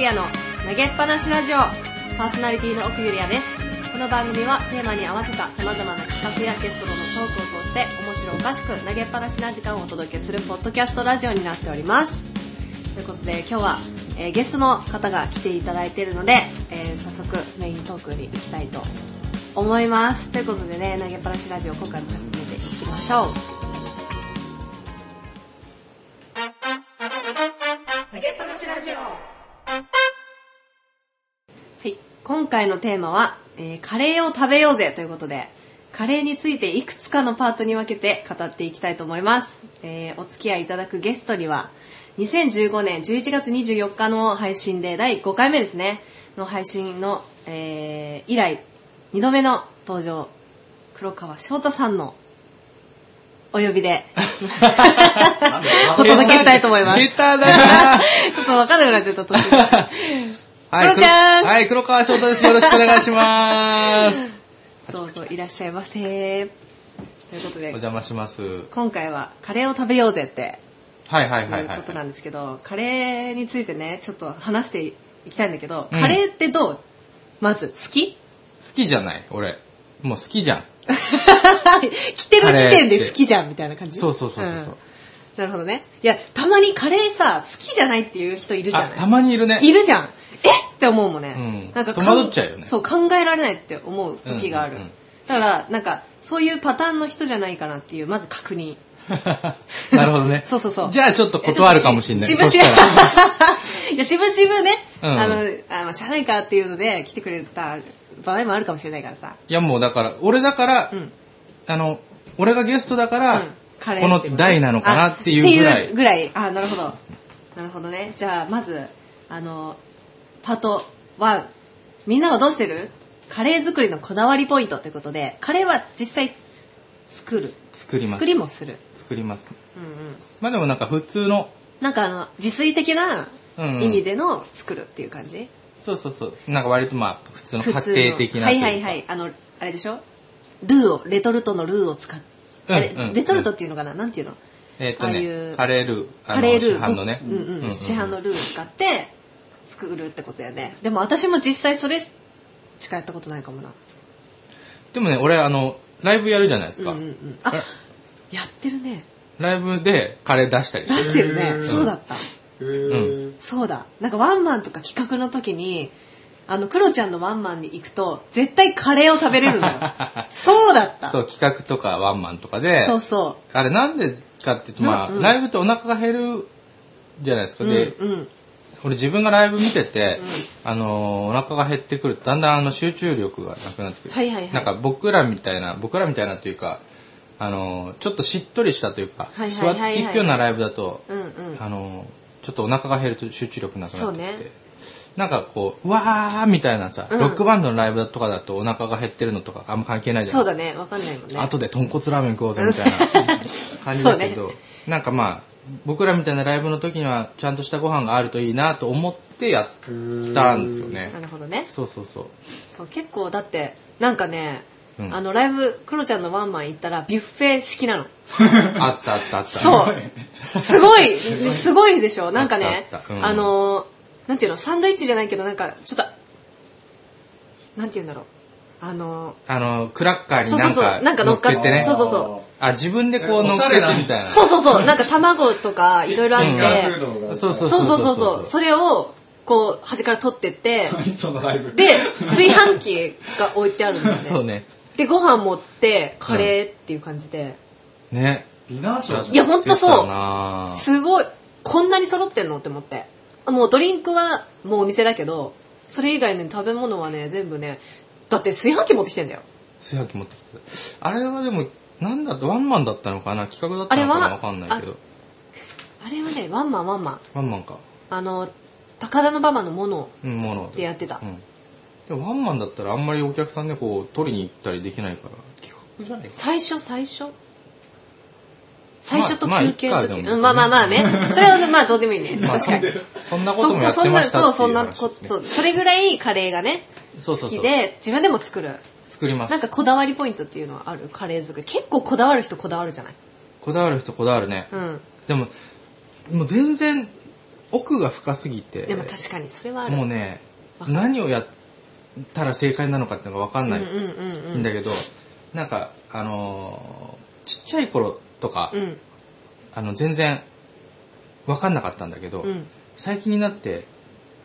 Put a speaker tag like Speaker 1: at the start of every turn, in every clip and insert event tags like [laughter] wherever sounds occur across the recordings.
Speaker 1: 也の投げっぱなしラジオパーソナリティの奥ゆりやですこの番組はテーマに合わせた様々な企画やゲストとのトークを通して面白おかしく投げっぱなしな時間をお届けするポッドキャストラジオになっておりますということで今日は、えーゲストの方が来ていただいているので、えー早速メイントークに行きたいと思いますということでね投げっぱなしラジオ今回も始めていきましょう投げっぱなしラジオはい今回のテーマは、えーカレーを食べようぜということでカレーについていくつかのパートに分けて語っていきたいと思います、えーお付き合いいただくゲストには2015年11月24日の配信で第5回目ですねの配信の、えー以来2度目の登場黒川翔太さんのお呼び
Speaker 2: [laughs]
Speaker 1: でお届けしたいと思います
Speaker 2: 下手だな
Speaker 1: [laughs] ちょっとわかんなくなっちゃった途中で
Speaker 2: [laughs] はい
Speaker 1: 黒ちゃん
Speaker 2: 黒はい、黒川翔太です。よろしくお願いします。
Speaker 1: どうぞいらっしゃいませ。ということ
Speaker 2: お
Speaker 1: で、
Speaker 2: 邪魔します。
Speaker 1: 今回はカレーを食べようぜって
Speaker 2: はいはい
Speaker 1: い
Speaker 2: はいうは。
Speaker 1: ことないんですけど、カレーについてね、ちょっと話していきたいんだけど、
Speaker 2: うん
Speaker 1: カレーってどうまず、好
Speaker 2: [laughs]
Speaker 1: き
Speaker 2: 好きじゃない俺。もう好きじゃん。
Speaker 1: 来てる時点で好きじゃんみたいな感じ
Speaker 2: そうそうそうそうそうん
Speaker 1: なるほどね。いや、たまにカレーさ、好きじゃないっていう人いるじゃ
Speaker 2: あ
Speaker 1: な、い
Speaker 2: たまにいるね。
Speaker 1: いるじゃん。えって思うもんね。
Speaker 2: うん
Speaker 1: なんか
Speaker 2: 戸惑っちゃうよね
Speaker 1: そう、考えられないって思う時がある。
Speaker 2: うんうんうん
Speaker 1: だから、なんか、そういうパターンの人じゃないかなっていう、まず確認。。
Speaker 2: [laughs] なるほどね
Speaker 1: そうそうそう。
Speaker 2: じゃあちょっと断るかもしれない。
Speaker 1: えちょっとし
Speaker 2: そ
Speaker 1: ぶ
Speaker 2: し
Speaker 1: しぶ。
Speaker 2: たら
Speaker 1: いや、しぶし [laughs] ぶね、
Speaker 2: うん
Speaker 1: あの、あの、しゃあないかっていうので来てくれた場合もあるかもしれないからさ。
Speaker 2: いやもうだから、俺だから、
Speaker 1: ん
Speaker 2: あの、俺がゲストだから、
Speaker 1: うんカレー
Speaker 2: こ
Speaker 1: ってい
Speaker 2: の
Speaker 1: うね
Speaker 2: 台なのかなってい
Speaker 1: あ
Speaker 2: うぐら
Speaker 1: って
Speaker 2: い。
Speaker 1: うぐらい。あ、なるほど。なるほどね。じゃあ、まず、あの、パート1。みんなはどうしてるカレー作りのこだわりポイントということで、カレーは実際作る。
Speaker 2: 作りま
Speaker 1: 作
Speaker 2: す。
Speaker 1: りもする。
Speaker 2: 作ります。
Speaker 1: うんうん。
Speaker 2: まあでもなんか普通の、
Speaker 1: なんかあの、自炊的な
Speaker 2: うんうん
Speaker 1: 意味での作るっていう感じ、
Speaker 2: そうそうそう。なんか割とまあ、普通の
Speaker 1: 普通の
Speaker 2: 家庭的なと
Speaker 1: は
Speaker 2: いう
Speaker 1: い
Speaker 2: か。
Speaker 1: はいはいあのあれでしょルーをレトルトのルーを使って、
Speaker 2: うん
Speaker 1: あれ
Speaker 2: うん
Speaker 1: レトルトっていうのかな、なんていうの
Speaker 2: えっ、と
Speaker 1: ああいう
Speaker 2: ね、カレールー。あの
Speaker 1: カレールー
Speaker 2: 市販のね。
Speaker 1: うんうん市販のルーを使って作るってことやねでも私も実際それしかやったことないかもな
Speaker 2: でもね、俺、あの、ライブやるじゃないです
Speaker 1: うんう
Speaker 2: か。
Speaker 1: んうんあやってるね
Speaker 2: ライブでカレー出したり
Speaker 1: 出してるねそうだった
Speaker 2: うん。
Speaker 1: そうだなんかワンマンとか企画の時にあのクロちゃんのワンマンに行くと絶対カレーを食べれ
Speaker 2: [laughs]
Speaker 1: るのよそうだった
Speaker 2: そう、企画とかワンマンとかで、
Speaker 1: そうそう
Speaker 2: あれなんでかって言うと、まあ、ライブってお腹が減るじゃないですか。で、
Speaker 1: うんうん
Speaker 2: 俺自分がライブ見てて、あのーお腹が減ってくるとだんだんあの集中力がなくなってくる、
Speaker 1: はいはいはい
Speaker 2: なんか僕らみたいな僕らみたいなというか、あのーちょっとしっとりしたというか、
Speaker 1: はいはい
Speaker 2: 座
Speaker 1: は
Speaker 2: っ
Speaker 1: いはい
Speaker 2: ていくようなライブだと、
Speaker 1: うんうん
Speaker 2: あのーちょっとお腹が減ると集中力なくなってきて、
Speaker 1: そうね
Speaker 2: なんかこううわーみたいなさ、
Speaker 1: うん
Speaker 2: ロックバンドのライブとかだとお腹が減ってるのとかあんま関係ないじゃないです
Speaker 1: そうだね
Speaker 2: か
Speaker 1: わかんないもんね
Speaker 2: 後で豚骨ラーメン食おうぜみた
Speaker 1: [laughs]
Speaker 2: いな感じだけ
Speaker 1: そう
Speaker 2: ど、なんかまあ僕らみたいなライブの時にはちゃんとしたご飯があるといいなと思ってやったんですよね
Speaker 1: なるほどね
Speaker 2: そうそうそう
Speaker 1: そう結構だってなんかね、
Speaker 2: うん
Speaker 1: あのライブクロちゃんのワンマン行ったらビュッフェ式なの
Speaker 2: あったあったあった [laughs]
Speaker 1: そうすごいすごいでしょなんかね
Speaker 2: あったあ
Speaker 1: あ
Speaker 2: ったうん
Speaker 1: のーなんていうのサンドイッチじゃないけどなんかちょっとなんていうんだろうあの
Speaker 2: あのクラッカーになん
Speaker 1: そうそうそ
Speaker 2: か
Speaker 1: うなんか乗
Speaker 2: 乗
Speaker 1: っ
Speaker 2: っ
Speaker 1: かっ
Speaker 2: けてね
Speaker 1: そうそうそ
Speaker 2: あ自分でこう
Speaker 3: え
Speaker 2: 乗
Speaker 3: お
Speaker 2: っ
Speaker 3: しゃ
Speaker 2: け
Speaker 3: れ
Speaker 2: て
Speaker 3: な
Speaker 2: みたいな
Speaker 1: ーそうそうそうなんか卵とかいろいろあって、
Speaker 3: うん
Speaker 2: そうそう
Speaker 1: そうそう
Speaker 2: そ
Speaker 1: うそう
Speaker 2: そ
Speaker 1: うそうそれをこう端から取ってって
Speaker 3: 何そのライブ
Speaker 1: で炊飯器が置いてあるんだよね
Speaker 2: そうね
Speaker 1: でご飯持ってカレーっていう感じで、
Speaker 2: ね
Speaker 3: ディナーショー
Speaker 1: い
Speaker 3: じゃ
Speaker 1: やほんと
Speaker 2: 出
Speaker 1: そ
Speaker 2: た
Speaker 1: う
Speaker 2: なぁ
Speaker 1: すごいこんなに揃ってんのって思ってもうドリンクはもうお店だけどそれ以外の食べ物はね全部ねだって炊飯器持ってきてんだよ
Speaker 2: 炊飯器持ってきたあれはでもなんだワンマンだったのかな企画だった
Speaker 1: あれ
Speaker 2: のかな
Speaker 1: は
Speaker 2: わかんないけど
Speaker 1: あれはねワンマンワンマン
Speaker 2: ワンマンか
Speaker 1: あの高田馬場のもの
Speaker 2: うん、もの
Speaker 1: でやってた
Speaker 2: うん、でもワンマンだったらあんまりお客さんでこう取りに行ったりできないから企画じゃないか
Speaker 1: 最初最初最初と
Speaker 2: まあ
Speaker 1: 休憩の時、
Speaker 2: まあいいか
Speaker 1: うんまあまあまあねそれはまあどうでもいいね [laughs]
Speaker 2: まあ
Speaker 1: 確かに
Speaker 2: そんなこと
Speaker 1: そ
Speaker 2: も
Speaker 1: っか
Speaker 2: やっ
Speaker 1: そ
Speaker 2: て
Speaker 1: んな
Speaker 2: ました
Speaker 1: そう
Speaker 2: ってい
Speaker 1: そ
Speaker 2: うん
Speaker 1: な
Speaker 2: 話
Speaker 1: こ
Speaker 2: ですね
Speaker 1: そうそれぐらいカレーがね
Speaker 2: そうそ
Speaker 1: 好
Speaker 2: うそ
Speaker 1: き
Speaker 2: う
Speaker 1: で自分でも作る
Speaker 2: 作ります
Speaker 1: なんかこだわりポイントっていうのはあるカレー作り結構こだわる人こだわるじゃない
Speaker 2: こだわる人こだわるね、
Speaker 1: うん
Speaker 2: でももう全然奥が深すぎて
Speaker 1: でも確かにそれはある
Speaker 2: もうね
Speaker 1: わかる
Speaker 2: 何をやったら正解なのかっていうのが分かんない
Speaker 1: うんうんうんうん
Speaker 2: んだけど、なんかあのーちっちゃい頃とか、
Speaker 1: うん
Speaker 2: あの全然分かんなかったんだけど、
Speaker 1: うん
Speaker 2: 最近になって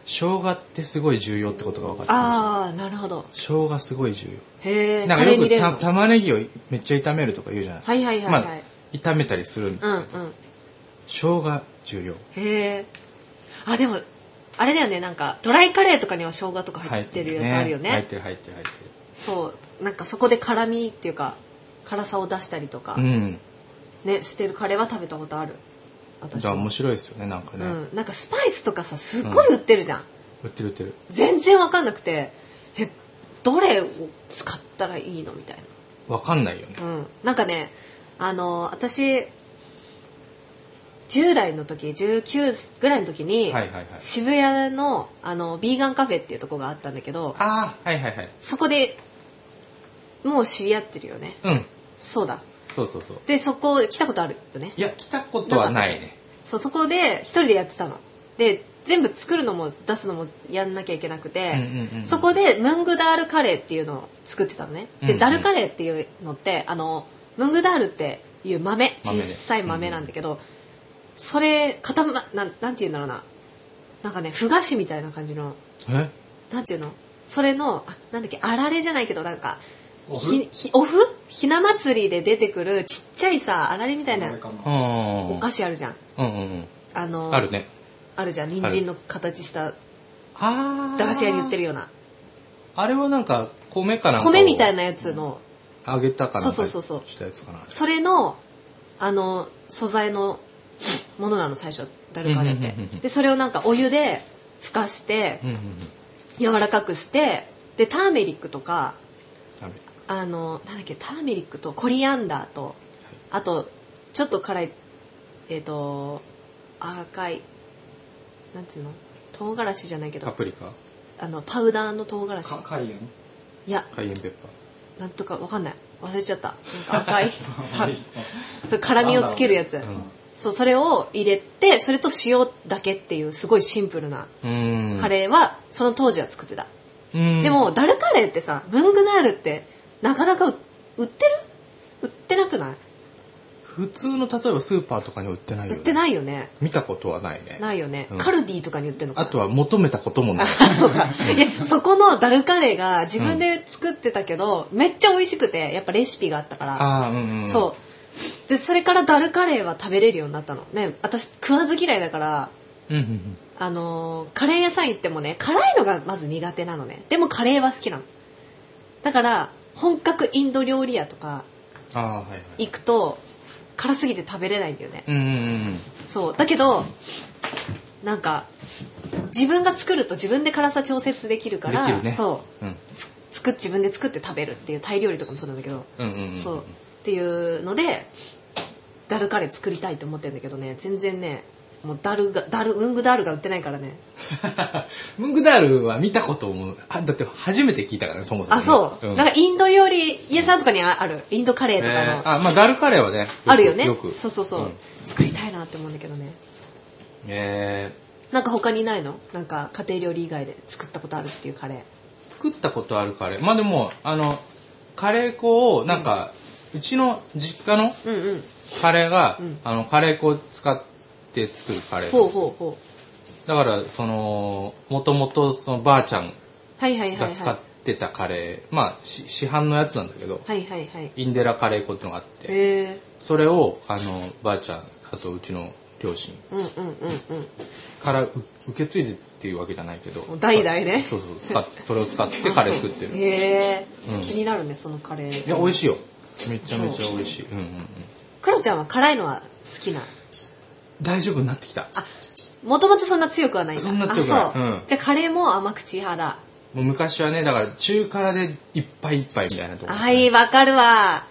Speaker 2: 生姜ってすごい重要ってことが分かってきま
Speaker 1: ああなるほど
Speaker 2: した生姜すごい重
Speaker 1: へえ
Speaker 2: 要なん
Speaker 1: カ
Speaker 2: か
Speaker 1: レー
Speaker 2: よ
Speaker 1: に入
Speaker 2: く
Speaker 1: れる
Speaker 2: た
Speaker 1: の
Speaker 2: 玉ねぎをめっちゃ炒めるとか言うじゃないですか、
Speaker 1: はいはいはいはい
Speaker 2: まあ、炒めたりするんですけ
Speaker 1: う
Speaker 2: ど、
Speaker 1: んうん
Speaker 2: 生姜重要
Speaker 1: へえあでもあれだよねなんかドライカレーとかには生姜とか入ってるやつあるよね
Speaker 2: 入ってる入ってる入って
Speaker 1: そうなんかそこで辛みっていうか辛さを出したりとか、
Speaker 2: るうん
Speaker 1: ねしてるカレーは食べたことある私
Speaker 2: じゃあ面白いですよねなんか
Speaker 1: う
Speaker 2: ね、
Speaker 1: ん、なんかスパイスとかさすっごい売ってるじゃん、
Speaker 2: 売ってる売ってる
Speaker 1: 全然わかんなくてえどれを使ったらいいのみたい
Speaker 2: 分かんないよね
Speaker 1: な、うん、なんかねあの私10代の時19ぐらいの時に、
Speaker 2: はいはいはい
Speaker 1: 渋谷のあのビーガンカフェっていうとこがあったんだけど
Speaker 2: ああはいはいはい
Speaker 1: そこでもう知り合ってるよね
Speaker 2: うん
Speaker 1: そうだ
Speaker 2: そうそうそう
Speaker 1: でそこ来たことあるよね
Speaker 2: いや来たことはないね
Speaker 1: そうそこで一人でやってたので全部作るのも出すのもやんなきゃいけなくて、
Speaker 2: うんうんうんうん
Speaker 1: そこでムングダールカレーっていうのを作ってたのねで、
Speaker 2: うんうん
Speaker 1: ダルカレーっていうのってあのムングダールっていう豆
Speaker 2: 豆
Speaker 1: 小
Speaker 2: ね
Speaker 1: さい豆なんだけど、それ固まなんなんて言うんだろうななんかねふ菓子みたいな感じの
Speaker 2: え
Speaker 1: なんていうのそれのあなんだっけあられじゃないけどなんか
Speaker 3: おふ
Speaker 1: ひひおふひな祭りで出てくるちっちゃいさあられみたいな
Speaker 3: あれかな
Speaker 2: うん
Speaker 1: お菓子あるじゃん
Speaker 2: うんうん
Speaker 1: あ
Speaker 2: う
Speaker 1: の
Speaker 2: んあるね
Speaker 1: あるじゃん人参の形した
Speaker 2: ああ
Speaker 1: 駄菓子屋に売ってるような
Speaker 2: あれはなんか米かなんかを
Speaker 1: 米みたいなやつの
Speaker 2: 揚げたかなんか
Speaker 1: そうそうそうそう
Speaker 2: したやつかな
Speaker 1: それのあの素材のものなの最初ダルカレー
Speaker 2: うんうんうんう
Speaker 1: っ
Speaker 2: ん
Speaker 1: てでそれをなんかお湯でふかして
Speaker 2: うんうんうん
Speaker 1: 柔らかくしてでターメリックとか
Speaker 2: ダメ
Speaker 1: あのなんだっけターメリックとコリアンダーとあとちょっと辛いえっ、と赤いなんつうの唐辛子じゃないけ
Speaker 2: パ
Speaker 1: ど
Speaker 2: プリカ
Speaker 1: あのパウダーの唐辛子
Speaker 3: かカイエン
Speaker 1: いや
Speaker 2: カイエンペッパ
Speaker 1: なんとかわかんない忘れちゃったなんか赤い
Speaker 3: [laughs] はい
Speaker 1: それ辛みをつけるやつ、
Speaker 2: ん
Speaker 1: そうそれを入れてそれと塩だけっていうすごいシンプルな
Speaker 2: ーうーん
Speaker 1: カレーはその当時は作ってた、
Speaker 2: ー
Speaker 1: でもダルカレーってさムングナールってなかなか売売ってる売ってなくない
Speaker 2: 普通の例えばスーパーとかには売ってないよ
Speaker 1: 売っ
Speaker 2: ね
Speaker 1: てないよね
Speaker 2: 見たことはないね
Speaker 1: ないよね、
Speaker 2: うん
Speaker 1: カルディとかに売ってるのか
Speaker 2: あ
Speaker 1: な
Speaker 2: とは求めたこともない
Speaker 1: あ [laughs] そうか。いや、そこのダルカレーが自分で作ってたけど、めっちゃ美味しくて、やっぱレシピがあったから。
Speaker 2: ああうんうん
Speaker 1: そう。で、それからダルカレーは食べれるようになったの。ね、私食わず嫌いだから、
Speaker 2: うんうんうん
Speaker 1: あのーカレー屋さん行ってもね、辛いのがまず苦手なのね。でもカレーは好きなの。だから、本格インド料理屋とか
Speaker 2: ああはいはい
Speaker 1: 行くと、辛すぎて食べれないんだよね。
Speaker 2: うんうんうん
Speaker 1: そうだけどなんか自分が作ると自分で辛さ調節できるから
Speaker 2: できるね
Speaker 1: そう、
Speaker 2: うん
Speaker 1: つ作っ自分で作って食べるっていうタイ料理とかもそうなんだけど、
Speaker 2: うんうんうん
Speaker 1: そうっていうのでダルカレー作りたいと思ってるんだけどね全然ねもうダルがダルウングダールが売ってないからね
Speaker 2: ムングダールは見たこともあだって初めて聞いたからねそもそも
Speaker 1: あ
Speaker 2: ね
Speaker 1: そう、
Speaker 2: ん
Speaker 1: なんかインド料理屋さんとかにああるインドカレーとかの、
Speaker 2: えーあまあダルカレーはね
Speaker 1: あるよね
Speaker 2: よく
Speaker 1: そうそうそう、
Speaker 2: ん
Speaker 1: 作りたいなって思うんだけどね
Speaker 2: え
Speaker 1: なんか他にないのなんか家庭料理以外で作ったことあるっていうカレー
Speaker 2: ー作ったことあるカレーまあでもあのカレー粉をなんか、うちの実家の
Speaker 1: うんうん
Speaker 2: カレーが、
Speaker 1: うん
Speaker 2: あのカレー粉を使って作るカレー
Speaker 1: ほうほうほう
Speaker 2: だからそのもともとそのばあちゃん
Speaker 1: はいはいはいは
Speaker 2: が
Speaker 1: い
Speaker 2: 使ってたカレー、まあし市販のやつなんだけど、
Speaker 1: はいはいはい
Speaker 2: インデラカレー粉ってのがあって、
Speaker 1: へえ
Speaker 2: それをあのばあちゃんあとうちの両親
Speaker 1: うんうんうんうん
Speaker 2: からう受け継いでっていうわけじゃないけど
Speaker 1: 代々ね
Speaker 2: そうそう使っそれを使ってカレー作ってるい
Speaker 1: へえ、
Speaker 2: うん
Speaker 1: 気になるねそのカレー
Speaker 2: や美味しいよめちゃめちゃ美味しい、うんうんうん、
Speaker 1: クロちゃんは辛いのは好きな
Speaker 2: 大丈夫になってきた
Speaker 1: もともとそんな強くはないんだ
Speaker 2: そんな強くない
Speaker 1: あそう、
Speaker 2: うん
Speaker 1: じゃあカレーも甘口派だ
Speaker 2: もう昔はねだから中辛でいっぱいいっぱいみたいなとこ
Speaker 1: はいわかるわ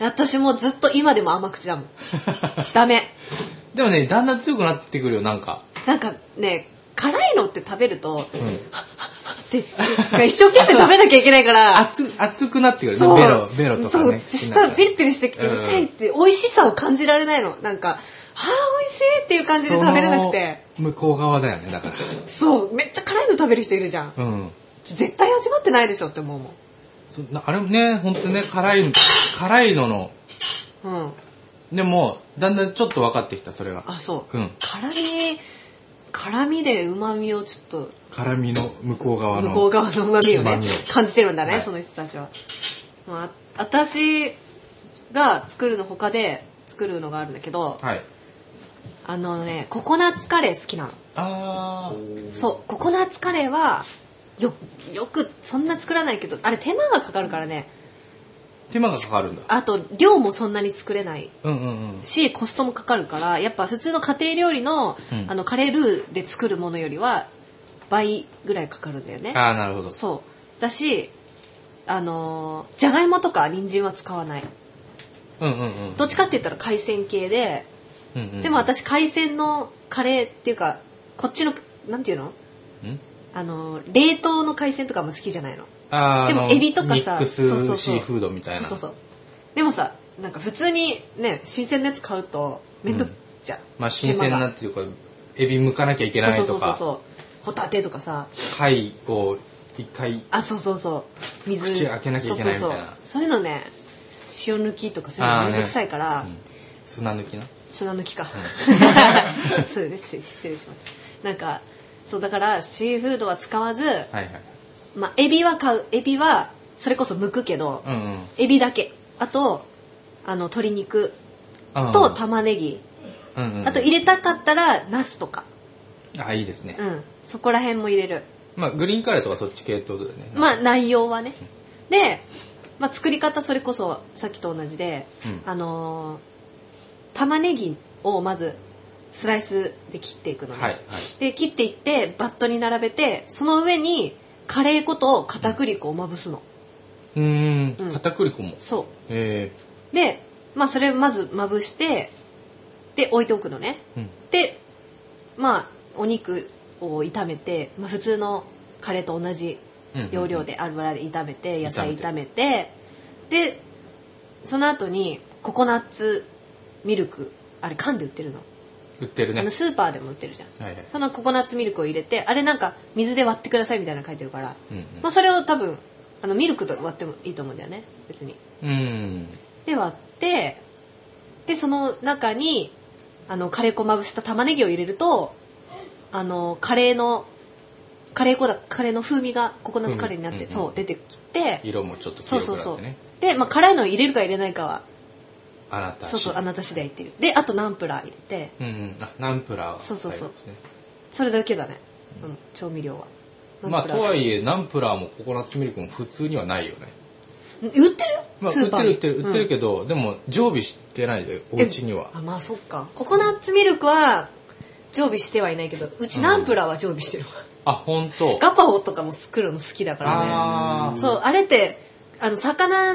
Speaker 1: 私もずっと今でも甘口
Speaker 2: [laughs]
Speaker 1: だもんダメ
Speaker 2: でもねだんだん強くなってくるよなんか
Speaker 1: なんかね辛いのって食べると、
Speaker 2: ん
Speaker 1: はっはっはって一生懸命食べなきゃいけないから
Speaker 2: 熱熱くなってくるね
Speaker 1: そう
Speaker 2: ベロベロとかね
Speaker 1: そう舌ピリピリしてきて
Speaker 2: うん
Speaker 1: 痛いって美味しさを感じられないのなんかはあ美味しいっていう感じで食べれなくて
Speaker 2: 向こう側だよね、だか
Speaker 1: そう、めっちゃ辛いの食べる人いるじゃん。
Speaker 2: ら。うん。
Speaker 1: 絶対味わってないでしょって思うもん。
Speaker 2: そなあれもね、ほんとね、辛い、辛いのの、
Speaker 1: うん。
Speaker 2: でも、だんだんちょっと分かってきた、それが。
Speaker 1: あ、そう。
Speaker 2: うん
Speaker 1: 辛み、辛みで旨味をちょっ
Speaker 2: 辛みの向こう側
Speaker 1: と、
Speaker 2: の。
Speaker 1: 向こう側の旨味をね
Speaker 2: 旨味を、
Speaker 1: 感じてるんだね、
Speaker 2: はい
Speaker 1: その人たちは。まあ、私が作るの他で作るのがあるんだけど、
Speaker 2: はい。
Speaker 1: あのね、ココナッツカレー好きなの。
Speaker 2: あ
Speaker 1: そう、ココナッツカレーは、よ、よく、そんな作らないけど、あれ手間がかかるからね、
Speaker 2: ー。手間がかかるんだ。
Speaker 1: あと量もそんなに作れない
Speaker 2: うんうんうん。
Speaker 1: しコストもかかるからやっぱ普通の家庭料理の,、
Speaker 2: うん
Speaker 1: あのカレールーで作るものよりは倍ぐらいかかるんだよね
Speaker 2: ああ、なるほど。
Speaker 1: そうだしあのーじゃがいもとか人参は使わない
Speaker 2: うんうんうん。
Speaker 1: どっちかって言ったら海鮮系で、
Speaker 2: うんうん、
Speaker 1: でも、私海鮮のカレーっていうかこっちのなんていうの
Speaker 2: ん
Speaker 1: あのー冷凍の海鮮とかも好きじゃないの
Speaker 2: あー
Speaker 1: でも
Speaker 2: あの
Speaker 1: エビとかさ
Speaker 2: ミック
Speaker 1: そうそうそ
Speaker 2: ス
Speaker 1: う
Speaker 2: シーフードみたいな。
Speaker 1: そうそうそうでもさなんか普通にね新鮮なやつ買うとめんどくじゃん、
Speaker 2: まあ、新鮮な
Speaker 1: 手間が
Speaker 2: っていうか、エビ剥かなきゃいけない
Speaker 1: そ
Speaker 2: と
Speaker 1: うそうそう
Speaker 2: か、
Speaker 1: そうホタテとかさ
Speaker 2: 貝を一回、
Speaker 1: あそうそうそう水
Speaker 2: 口開けなきゃいけないみた
Speaker 1: そうそ
Speaker 2: いな
Speaker 1: うそうそういうのね塩抜きとかそういうの
Speaker 2: あー
Speaker 1: め
Speaker 2: ね
Speaker 1: んどくさいから、
Speaker 2: 砂抜きな。
Speaker 1: 砂抜きか、 [laughs] そうですね失礼しましたなんかそうだからシーフードは使わず、
Speaker 2: はいはい。
Speaker 1: まあ、エビは買うエビはそれこそ剥くけど、
Speaker 2: うんうん。
Speaker 1: エビだけあとあの鶏肉
Speaker 2: うん
Speaker 1: と玉ねぎ、
Speaker 2: うんうん、
Speaker 1: あと入れたかったらナスとか
Speaker 2: あ、いいですね。
Speaker 1: うんそこら辺も入れる
Speaker 2: まあ、グリーンカレーとかそっち系ってことだよね。
Speaker 1: まあ内容はね。で、まあ、作り方それこそさっきと同じで、
Speaker 2: う
Speaker 1: あのー玉ねぎをまずスライスで切っていくのね、
Speaker 2: はいはい
Speaker 1: で切っていってバットに並べてその上にカレー粉と片栗粉をまぶすの、
Speaker 2: うーん
Speaker 1: うん
Speaker 2: 片栗粉も。
Speaker 1: そ
Speaker 2: え
Speaker 1: うで、まあ、それをまずまぶしてで置いておくのね、
Speaker 2: えうん。
Speaker 1: でまあお肉を炒めて、まあ、普通のカレーと同じ要領で油で炒めて野菜炒めてでその後にココナッツミルクあれ缶で売ってるの,、
Speaker 2: 売ってるね。
Speaker 1: あ
Speaker 2: は
Speaker 1: の
Speaker 2: い
Speaker 1: スーパーでも売ってるじゃん
Speaker 2: はい。
Speaker 1: そのココナッツミルクを入れてあれなんか水で割ってくださいみたいなの書いてるから、
Speaker 2: うんうん
Speaker 1: まあ、それを多分あのミルクと割ってもいいと思うんだよね別に
Speaker 2: うん。
Speaker 1: で割ってでその中にあのカレー粉まぶした玉ねぎを入れるとあのカレーのカレー粉だカレーの風味がココナッツカレーになって、
Speaker 2: うんうんうん
Speaker 1: そう出てきて
Speaker 2: 色もちょっと
Speaker 1: そう
Speaker 2: 黄
Speaker 1: そ
Speaker 2: 色
Speaker 1: うそ
Speaker 2: くな
Speaker 1: う
Speaker 2: ってね。
Speaker 1: で、まあ、辛いのを入れるか入れないかは
Speaker 2: あなた
Speaker 1: そうそうあ
Speaker 2: な
Speaker 1: なた次第っていうであとナンプラー入れて
Speaker 2: うんうん。あ、ナンプラーは
Speaker 1: そうそうそう
Speaker 2: 最後ですね
Speaker 1: それだけだね、うん、調味料は
Speaker 2: まあ、と
Speaker 1: は
Speaker 2: はいえ、ナンプラーもココナッツミルクも普通にはないよね。
Speaker 1: 売ってるよ、
Speaker 2: まあ、
Speaker 1: ス
Speaker 2: 売っ
Speaker 1: ーパー
Speaker 2: てる
Speaker 1: に
Speaker 2: 売ってる売ってるけど、でも常備してないでお
Speaker 1: え
Speaker 2: 家には
Speaker 1: あまあそっかココナッツミルクは常備してはいないけどうちナンプラーは常備してるわ、
Speaker 2: あ本当
Speaker 1: ガパオとかも作るの好きだから
Speaker 2: あ
Speaker 1: ね
Speaker 2: ー
Speaker 1: そうあれってあの魚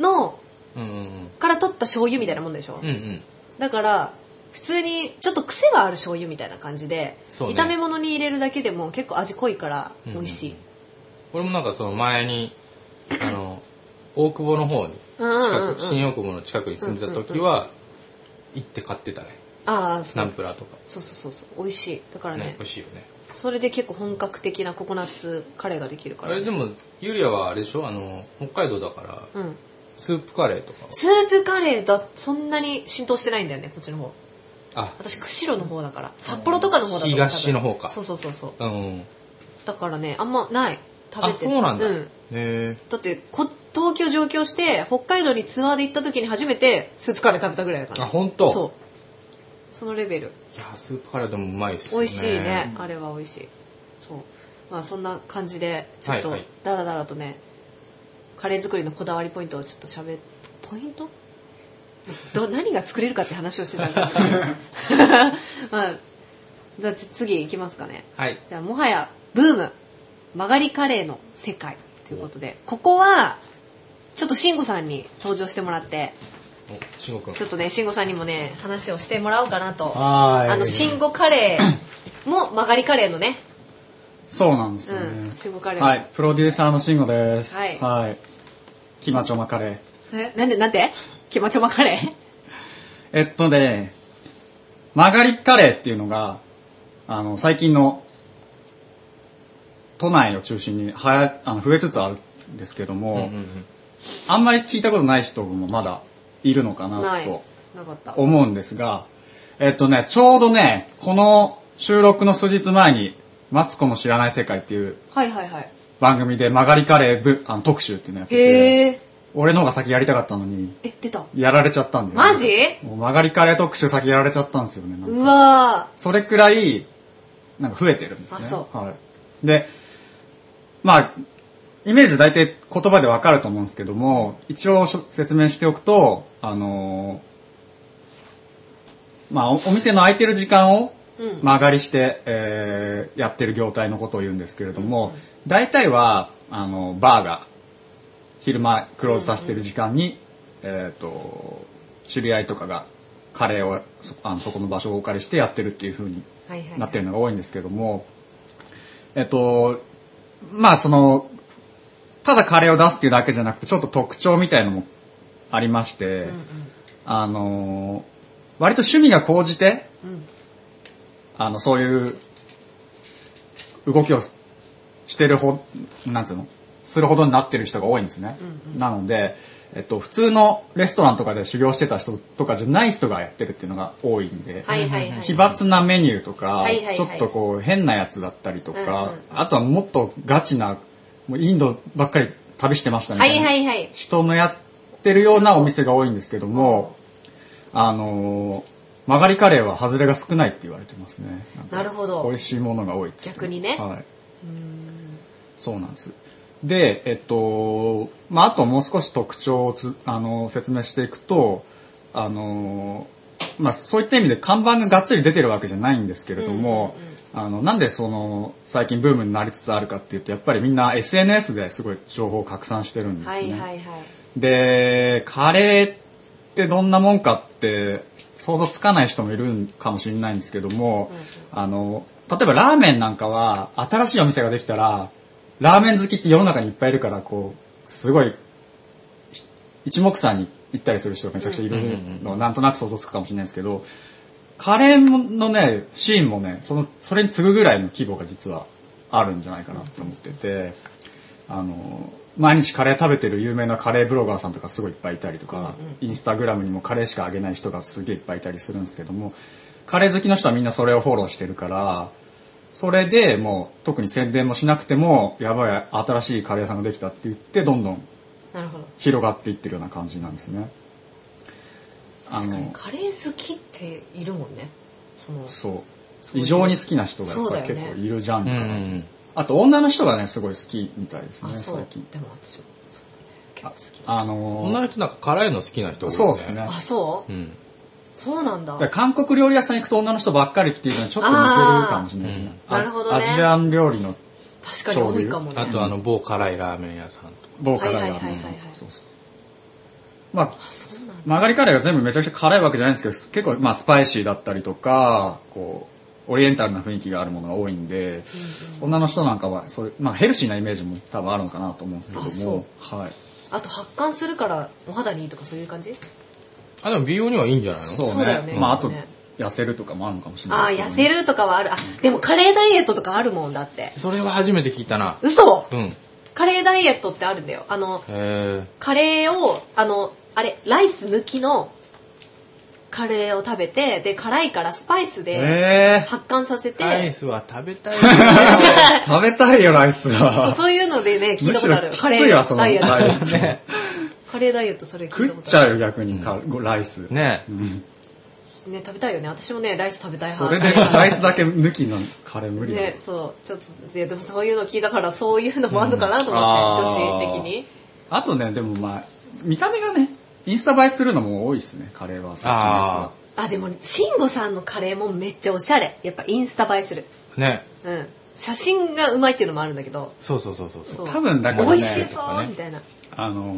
Speaker 1: の
Speaker 2: うんうん
Speaker 1: から取った醤油みたいなもんでしょ、
Speaker 2: うんうんうん
Speaker 1: だから普通にちょっと癖はある醤油みたいな感じで、
Speaker 2: そうね
Speaker 1: 炒め物に入れるだけでも結構味濃いから美味しい、
Speaker 2: 俺もなんかその前にあの大久保の方に
Speaker 1: うんうんうん
Speaker 2: 近く新大久保の近くに住んでた時は行って買ってたね
Speaker 1: ああそ
Speaker 2: ナン
Speaker 1: う
Speaker 2: プラーとか
Speaker 1: そうそうそうそう美味しいだからね
Speaker 2: ね美味しいよね
Speaker 1: それで結構本格的なココナッツカレーができるか
Speaker 2: あ
Speaker 1: ら、
Speaker 2: れ
Speaker 1: ね、
Speaker 2: でもユリアはあれでしょあの北海道だから
Speaker 1: うん
Speaker 2: スープカレーとか
Speaker 1: スープカレーだそんなに浸透してないんだよねこっちの方
Speaker 2: あ
Speaker 1: 私釧路の方だから札幌とかの方だと思う
Speaker 2: 東の方か
Speaker 1: そうそうそうそう
Speaker 2: うん
Speaker 1: だからねあんまない食べ
Speaker 2: あ
Speaker 1: て
Speaker 2: そうなんだ
Speaker 1: うん
Speaker 2: へ、え
Speaker 1: だってこ東京上京して北海道にツアーで行った時に初めてスープカレー食べたぐらいだから
Speaker 2: あ本当
Speaker 1: そうそのレベル
Speaker 2: いやスープカレーでもうまいっすよ
Speaker 1: 美
Speaker 2: ね
Speaker 1: 味しいねあれは美味しいそうまあそんな感じでちょっと
Speaker 2: はいはい
Speaker 1: ダラダラとねカレー作りのこだわりポイントをちょっとしゃべポイントど何が作れるかって話をしてたんですけど、[laughs]
Speaker 2: [laughs]
Speaker 1: まあ、じゃあ次行きますかね
Speaker 2: はい
Speaker 1: じゃあもはやブーム曲がりカレーの世界ということでここはちょっと慎吾さんに登場してもらって
Speaker 2: おしごくん
Speaker 1: ちょっとね慎吾さんにもね話をしてもらおうかなと
Speaker 3: はーい
Speaker 1: あの慎吾カレーも曲がりカレーのね
Speaker 3: そうなんですよね。
Speaker 1: うん慎吾カレー
Speaker 3: はい、プロデューサーの慎吾です。
Speaker 1: はい
Speaker 3: はい。キマチョマカレー。
Speaker 1: えなんでなんで気持ちまカレー
Speaker 3: えっとね、曲がりカレーっていうのが、あの最近の都内を中心にはやあの増えつつあるんですけども、
Speaker 2: うんうん
Speaker 3: あんまり聞いたことない人もまだいるのかな
Speaker 1: ない
Speaker 3: と
Speaker 1: なかった
Speaker 3: 思うんですが、えっとね、ちょうどね、この収録の数日前に、マツコの知らない世界っていう
Speaker 1: はいはいはい
Speaker 3: 番組で曲がりカレー部あの特集っていうのやってて、
Speaker 1: へえ
Speaker 3: 俺の方が先やりたかったのに、
Speaker 1: え出た
Speaker 3: やられちゃったんだよ、
Speaker 1: マジ
Speaker 3: もう曲がりカレー特集先やられちゃったんですよね。なんか
Speaker 1: うわ
Speaker 3: それくらい、なんか増えてるんですね。
Speaker 1: あそ
Speaker 3: はい。で、まあ、イメージ大体言葉でわかると思うんですけども、一応しょ説明しておくと、あのーまあお、お店の空いてる時間を
Speaker 1: うん
Speaker 3: 間借りして、えーやってる業態のことを言うんですけれども、大体は、あの、バーが昼間クローズさせてる時間に、えっ、と、知り合いとかがカレーをそあのそこの場所をお借りしてやってるっていう風に
Speaker 1: ーはいはいはい
Speaker 3: なってるのが多いんですけども、えっと、まあその、ただカレーを出すっていうだけじゃなくて、ちょっと特徴みたいのもありまして、あの、割と趣味が高じて、
Speaker 1: ん
Speaker 3: あの、そういう動きをしてるほ、なんつうのするほどになってる人が多いんですね。なので、えっと、普通のレストランとかで修行してた人とかじゃない人がやってるっていうのが多いんで、
Speaker 1: はいはいはい
Speaker 3: 奇抜なメニューとか、
Speaker 1: はいはいはい
Speaker 3: ちょっとこう変なやつだったりとか、
Speaker 1: うんうん
Speaker 3: あとはもっとガチなもうインドばっかり旅してましたみたいな、
Speaker 1: はいはいはい
Speaker 3: 人のやってるようなお店が多いんですけども、あのー曲がりカレーは外れが少ないって言われてますねんか
Speaker 1: なるほど
Speaker 3: 美味しいものが多いって
Speaker 1: 逆にね
Speaker 3: はいそうなんですでえっとまああともう少し特徴をつあの説明していくとあのまあそういった意味で看板ががっつり出てるわけじゃないんですけれども、あのなんでその最近ブームになりつつあるかっていうとやっぱりみんな SNS ですごい情報を拡散してるんですね、
Speaker 1: はいはいはい
Speaker 3: でカレーってどんなもんかって想像つかない人もいるんかもしれないんですけども、あの例えばラーメンなんかは新しいお店ができたらラーメン好きって世の中にいっぱいいるからこうすごいひ一目散に行ったりする人がめちゃくちゃいるのなんとなく想像つくかもしれないですけどカレーのねシーンもねそのそれに次ぐぐらいの規模が実はあるんじゃないかなと思ってて。あの毎日カレー食べてる有名なカレーブロガーさんとかすごいいっぱいいたりとか、インスタグラムにもカレーしかあげない人がすげえいっぱいいたりするんですけどもカレー好きの人はみんなそれをフォローしてるからそれでもう特に宣伝もしなくてもやばい新しいカレー屋さんができたって言ってどんどん
Speaker 1: なるほど
Speaker 3: 広がっていってるような感じなんですね。あ
Speaker 1: 確かに
Speaker 3: の
Speaker 1: カレー好きっているもんねその
Speaker 3: そう異常に好きな人がやっぱり
Speaker 1: そうだ
Speaker 3: 結
Speaker 1: よね
Speaker 3: 構いるじゃん
Speaker 2: う
Speaker 3: か
Speaker 2: ん
Speaker 3: ら、
Speaker 2: うん
Speaker 3: あと女の人がねすごい好きみたいですね
Speaker 1: あそう
Speaker 3: 最近
Speaker 1: でも私もそうだね結構好き
Speaker 3: あ
Speaker 2: うん
Speaker 3: の
Speaker 2: 女の人なんか辛いの好きな人多いよね
Speaker 3: そうですね
Speaker 1: あそううんそうなんだ
Speaker 3: だから韓国料理屋さん行くと女の人ばっかりっていうのはちょっと似てるかもしれないですね。
Speaker 1: あー
Speaker 3: あ
Speaker 1: なるほどね
Speaker 3: アジアン料理の
Speaker 1: 確かに多いかもね
Speaker 2: あとあの某辛いラーメン屋さんとか
Speaker 3: 某辛いラーメン
Speaker 1: はいはいはいはいはい
Speaker 3: そうそうまあ、
Speaker 1: そうなんだ
Speaker 3: 曲がりカレーが全部めちゃくちゃ辛いわけじゃないんですけど、結構まあスパイシーだったりとか、こう、オリエンタルな雰囲気があるものが多いんで、女の人なんかはそういう、まあヘルシーなイメージも多分あるのかなと思うんですけ
Speaker 1: あ
Speaker 3: ど
Speaker 1: そ
Speaker 3: も、はい。
Speaker 1: あと発汗するからお肌にいいとかそういう感じ
Speaker 2: あでも美容にはいいんじゃないの
Speaker 3: そう
Speaker 1: そうだよね
Speaker 3: ね。まああ
Speaker 1: きっと
Speaker 3: と
Speaker 1: ね、
Speaker 3: 痩せるとかもあるのかもしれ
Speaker 1: あ
Speaker 3: な
Speaker 1: あ
Speaker 3: いで
Speaker 1: 痩
Speaker 3: すけどね
Speaker 1: せるとかはあるあでもカレーダイエットとかあるもんだって
Speaker 2: それは初めて聞いたな
Speaker 1: 嘘
Speaker 2: うんへ
Speaker 1: カレーダイエットってあるんだよあの
Speaker 2: え
Speaker 1: カレーをあのあれライス抜きのカレーを食べてで辛いからスパイスで
Speaker 3: え
Speaker 1: 発汗させて、
Speaker 2: アイスは食べたいよね
Speaker 3: ー、食べたいよ、ライスは。
Speaker 1: [laughs] そうそういうのでね聞いたことある
Speaker 3: むしろ
Speaker 1: カレ
Speaker 3: きついわそ
Speaker 1: ー
Speaker 3: の
Speaker 1: ダイエット
Speaker 3: ダイエットね
Speaker 1: カレーダイエットそれ聞い
Speaker 3: [laughs] 食
Speaker 1: たこ
Speaker 3: っ
Speaker 1: と
Speaker 3: ち
Speaker 1: あ
Speaker 3: ゃ
Speaker 1: る
Speaker 3: うよ逆にか、ライス
Speaker 2: ね
Speaker 1: ね食べたいよね私もねライス食べたい
Speaker 3: そ
Speaker 1: 派
Speaker 3: れでライスだけ抜きのカレー無理だよ
Speaker 1: ね、そうちょっといやでもそういうの聞いたからそういうのもあるのかなと思って、
Speaker 3: うんあー
Speaker 1: 女子的に
Speaker 3: あとねでもまあ見た目がねインスタ映えするのも多いですねカレーは
Speaker 2: あ
Speaker 1: あでも慎吾さんのカレーもめっちゃおしゃれやっぱインスタ映えする
Speaker 2: ね
Speaker 1: うん写真がうまいっていうのもあるんだけど
Speaker 2: そうそうそうそうそう
Speaker 1: そう
Speaker 3: 多分だからね
Speaker 1: 美味しそう、
Speaker 2: ね
Speaker 1: みたいな
Speaker 3: あの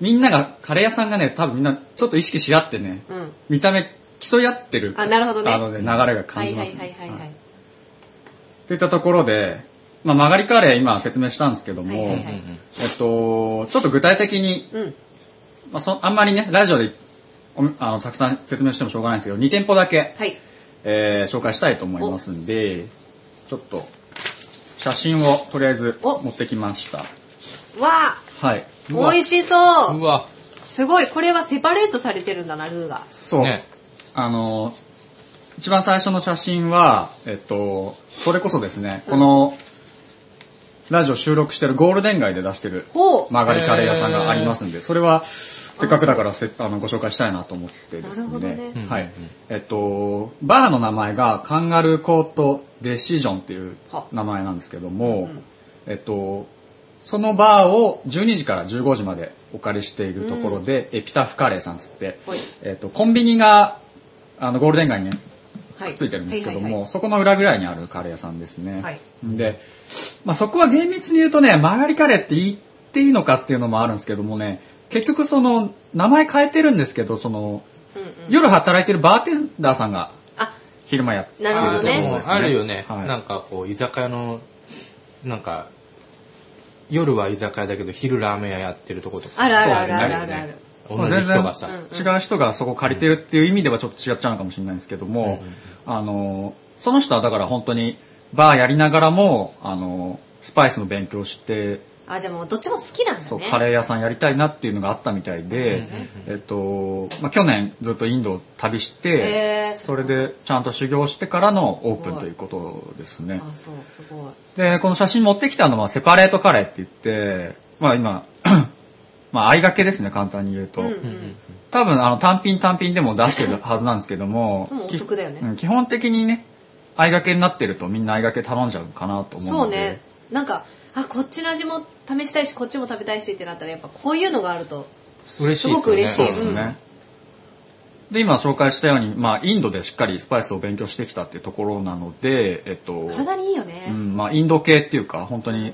Speaker 3: みんながカレー屋さんがね多分みんなちょっと意識し合ってね、
Speaker 1: うん
Speaker 3: 見た目競い合ってる
Speaker 1: あなるほどね
Speaker 3: あの流れが
Speaker 1: は
Speaker 3: 感
Speaker 1: い
Speaker 3: じ
Speaker 1: は
Speaker 3: ま
Speaker 1: い
Speaker 3: す
Speaker 1: はい
Speaker 3: ね
Speaker 1: はいはい、
Speaker 3: はいといったところで、まあ、曲がりカレー今説明したんですけども、
Speaker 1: はいはいはい
Speaker 3: えっとちょっと具体的に
Speaker 1: うん
Speaker 3: まあ、そあんまりねラジオでおあのたくさん説明してもしょうがないんですけど2店舗だけ、
Speaker 1: はい
Speaker 3: えー紹介したいと思いますんで、ちょっと写真をとりあえず
Speaker 1: お
Speaker 3: 持ってきました。
Speaker 1: わ
Speaker 3: はい。
Speaker 2: うわ
Speaker 1: あ美味しそう
Speaker 2: うわ、
Speaker 1: すごい、これはセパレートされてるんだな、ルーが。
Speaker 3: そう。
Speaker 2: ね
Speaker 3: あの、一番最初の写真は、えっと、それこそですね、この、ラジオ収録してるゴールデン街で出してる
Speaker 1: ほう
Speaker 3: 曲がりカレー屋さんがありますんで、それは、せっかくだからせあのご紹介したいなと思ってです
Speaker 1: なるほど
Speaker 3: ね
Speaker 1: ね
Speaker 3: はい。えっと、バーの名前がカンガルーコートデシジョンっていう
Speaker 1: は
Speaker 3: 名前なんですけども、えっと、そのバーを12時から15時までお借りしているところで、エピタフカレーさんつって
Speaker 1: はい、
Speaker 3: えっと、コンビニが、あの、ゴールデン街にね
Speaker 1: は
Speaker 3: くっついてるんですけ
Speaker 1: は
Speaker 3: ども、
Speaker 1: いはいはい
Speaker 3: そこの裏ぐらいにあるカレー屋さんですね。
Speaker 1: はい
Speaker 3: で、まあ、そこは厳密に言うとね、曲がりカレーって言っていいのかっていうのもあるんですけどもね、結局その、名前変えてるんですけど、その、
Speaker 1: うんうん
Speaker 3: 夜働いてるバーテンダーさんが
Speaker 1: あ、
Speaker 3: 昼間やってる
Speaker 1: なるほどね
Speaker 3: と
Speaker 2: で
Speaker 3: ころ
Speaker 2: も
Speaker 3: ですね。
Speaker 2: あるよね、
Speaker 3: はい
Speaker 2: なんかこう居酒屋のなんか夜は居酒屋だけど昼ラーメン屋やってるとことか
Speaker 1: あるある
Speaker 3: そう
Speaker 1: あ
Speaker 3: です
Speaker 1: る
Speaker 3: ね
Speaker 1: あるあるある。
Speaker 2: 同じ人がさ、
Speaker 3: 全然違う人がそこ借りてるっていう意味ではちょっと違っちゃうのかもしれないんですけども、あのその人はだから本当にバーやりながらもあのスパイスの勉強して
Speaker 1: あ、じゃあもうどっちも好きなんだね。
Speaker 3: そうカレー屋さんやりたいなっていうのがあったみたいで、えっとまあ、去年ずっとインドを旅して
Speaker 1: へー
Speaker 3: それでちゃんと修行してからのオープンということですね。
Speaker 1: あ、そう、すごい。
Speaker 3: で、この写真持ってきたのはセパレートカレーって言って、まあ今、 [clears throat] まあ相掛けですね、簡単に言うと。
Speaker 1: うんうん
Speaker 3: 多分あの単品単品でも出してるはずなんですけども
Speaker 1: でもお
Speaker 3: き
Speaker 1: 得だよね
Speaker 3: うん基本的にね相掛けになってるとみんな相掛け頼んじゃうかなと思うので
Speaker 1: そうね。なんか、あ、こっちの味も試したいし、こっちも食べたいしってなったら、やっぱこういうのがあると。
Speaker 2: 嬉しいですよ
Speaker 1: す
Speaker 2: ね
Speaker 1: ごく嬉し
Speaker 3: そう
Speaker 1: い
Speaker 3: ですね、で今紹介したように、まあ、インドでしっかりスパイスを勉強してきたっていうところなのでえっと
Speaker 1: 体にいいよ
Speaker 3: う
Speaker 1: ね。
Speaker 3: んまあ、インド系っていうか本当に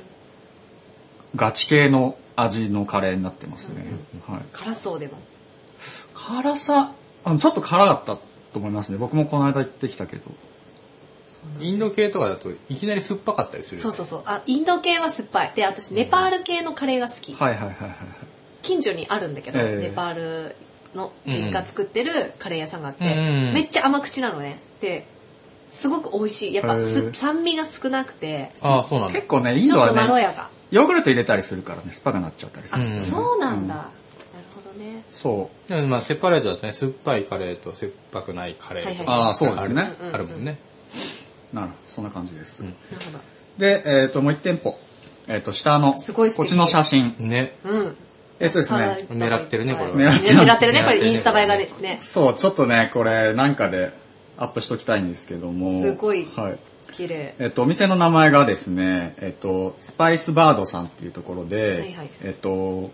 Speaker 3: ガチ系の味のカレーになってますね、はい、
Speaker 1: 辛そうでも。
Speaker 3: 辛さあのちょっと辛かったと思いますね僕もこの間行ってきたけど
Speaker 2: インド系とかだといきなり酸っぱかったりする
Speaker 1: そうそうそう。あ、インド系は酸っぱい。で、私、ネパール系のカレーが好き。
Speaker 3: はいはいはいはいはい
Speaker 1: 近所にあるんだけど、
Speaker 3: え
Speaker 1: ネ
Speaker 3: え
Speaker 1: パールの実家作ってるカレー屋さんがあって、
Speaker 2: うんうん
Speaker 1: めっちゃ甘口なのねですごく美味しいやっぱす、
Speaker 3: へえ
Speaker 1: 酸味が少なくて
Speaker 2: ああそうなんだ
Speaker 3: 結構ねイン
Speaker 1: ちょ
Speaker 3: ド
Speaker 1: っ
Speaker 3: は
Speaker 1: とまろ
Speaker 3: ね
Speaker 1: やか、
Speaker 3: ヨーグルト入れたりするからね酸っぱくなっちゃったりす
Speaker 1: あ、
Speaker 3: る、
Speaker 2: うん
Speaker 1: そうなんだ、なるほどね
Speaker 3: そ
Speaker 2: でもまあセパレートだとね酸っぱいカレーと酸っぱくないカレーとか
Speaker 1: はいはい
Speaker 3: ああそうですね
Speaker 2: あるあるもんね
Speaker 3: うなるほどそんな感じです、
Speaker 2: ん
Speaker 1: なるほ
Speaker 3: で、えっともう一店舗、えっと下の
Speaker 1: すごい素
Speaker 3: こっ
Speaker 1: 敵
Speaker 3: ちの写真
Speaker 2: ね
Speaker 1: どうん
Speaker 3: えっとですね
Speaker 2: 狙ってるねこれは
Speaker 1: 狙
Speaker 3: 狙
Speaker 1: っ
Speaker 3: ってて
Speaker 1: るね
Speaker 3: ます
Speaker 1: 狙ってるねこれインスタ映えがね
Speaker 3: そうちょっとねこれなんかでアップしときたいんですけども
Speaker 1: すごい
Speaker 3: はい
Speaker 1: 綺麗
Speaker 3: えっと、お店の名前がですね、えっと、スパイスバードさんっていうところで、
Speaker 1: はいはい
Speaker 3: えっと、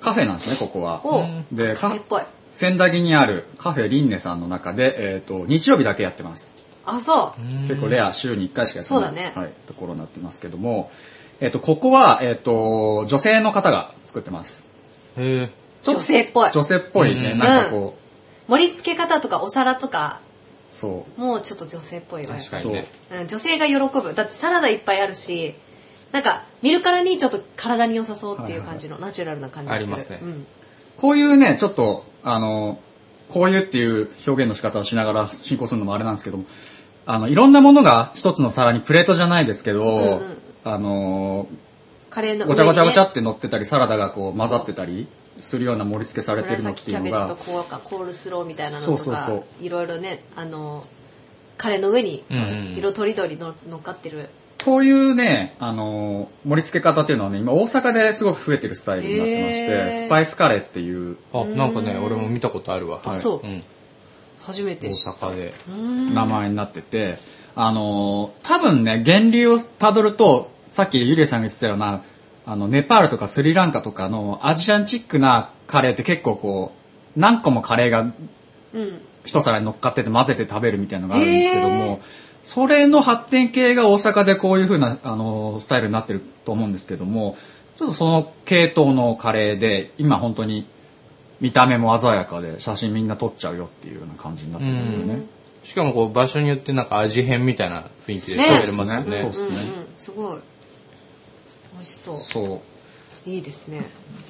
Speaker 3: カフェなんですね、ここは。
Speaker 1: お
Speaker 3: で、
Speaker 1: カ
Speaker 3: カ
Speaker 1: フェっぽい
Speaker 3: 仙台にあるカフェリンネさんの中で、えっと、日曜日だけやってます。
Speaker 1: あそ
Speaker 3: 結構レア週に1回しかやって
Speaker 1: そう
Speaker 3: な
Speaker 1: だ
Speaker 3: い、
Speaker 1: ね
Speaker 3: はい、ところになってますけども、えっと、ここは、えっと、女性の方が作ってます。
Speaker 2: へえ
Speaker 1: う女性っぽい
Speaker 3: 女性っぽいね、
Speaker 2: うん
Speaker 3: なんかこう、
Speaker 1: 盛り付け方とかお皿とか
Speaker 3: そ
Speaker 1: もうちょっと女性っぽいわよ
Speaker 2: 確
Speaker 3: う、
Speaker 2: かに
Speaker 3: そう
Speaker 2: ね、
Speaker 1: うん女性が喜ぶだってサラダいっぱいあるしなんか見るからにちょっと体に良さそうっていう感じの、ナチュラルな感じがする
Speaker 2: ありますね
Speaker 1: うん、
Speaker 3: こういうね、ちょっと、あの、こういうっていう表現の仕方をしながら進行するのもあれなんですけども、あの、いろんなものが一つの皿にプレートじゃないですけど、
Speaker 1: んうん
Speaker 3: あの、
Speaker 1: カレーの上
Speaker 3: ご
Speaker 1: に、
Speaker 3: ちゃ
Speaker 1: ね、
Speaker 3: ごちゃごちゃって乗ってたり、サラダがこう混ざってたりするような盛り付けされてるのっ
Speaker 1: 紫
Speaker 3: て
Speaker 1: キ
Speaker 3: いう
Speaker 1: ャベ
Speaker 3: の
Speaker 1: ツと
Speaker 3: が、
Speaker 1: こうかコールスローみたいなのとか
Speaker 3: そうそうそ
Speaker 1: いろいろねあのカレーの上に
Speaker 2: うんうん
Speaker 1: 色とりどりの乗っかってる、
Speaker 3: こういうね、あの、盛り付け方っていうのはね、今大阪ですごく増えてるスタイルになってまして、
Speaker 1: へー
Speaker 3: スパイスカレーっていう、
Speaker 2: あなんかね俺も見たことあるわ
Speaker 1: あ
Speaker 2: はい
Speaker 1: そう、
Speaker 2: うん
Speaker 1: 初め
Speaker 2: 大
Speaker 1: て知っ
Speaker 2: 阪で
Speaker 3: 名前になってて、あのー多分ね源流をたどるとさっきゆりえさんが言ってたようなあのネパールとかスリランカとかのアジアンチックなカレーって結構こう何個もカレーが
Speaker 1: たうん
Speaker 3: 一皿に乗っかってて混ぜて食べるみたいなのがあるんですけども、それの発展系が大阪でこういう風なあのースタイルになってると思うんですけどもちょっとその系統のカレーで今本当に見た目も鮮やかで写真みんな撮っちゃうよっていうような感じになってますよね。
Speaker 2: しかもこう場所によってなんか味変みたいな雰囲気で
Speaker 1: ね
Speaker 2: 食べれますよね
Speaker 3: そうです
Speaker 1: うんうん
Speaker 3: ね
Speaker 1: すごい美味しそう
Speaker 3: そう
Speaker 1: いいですね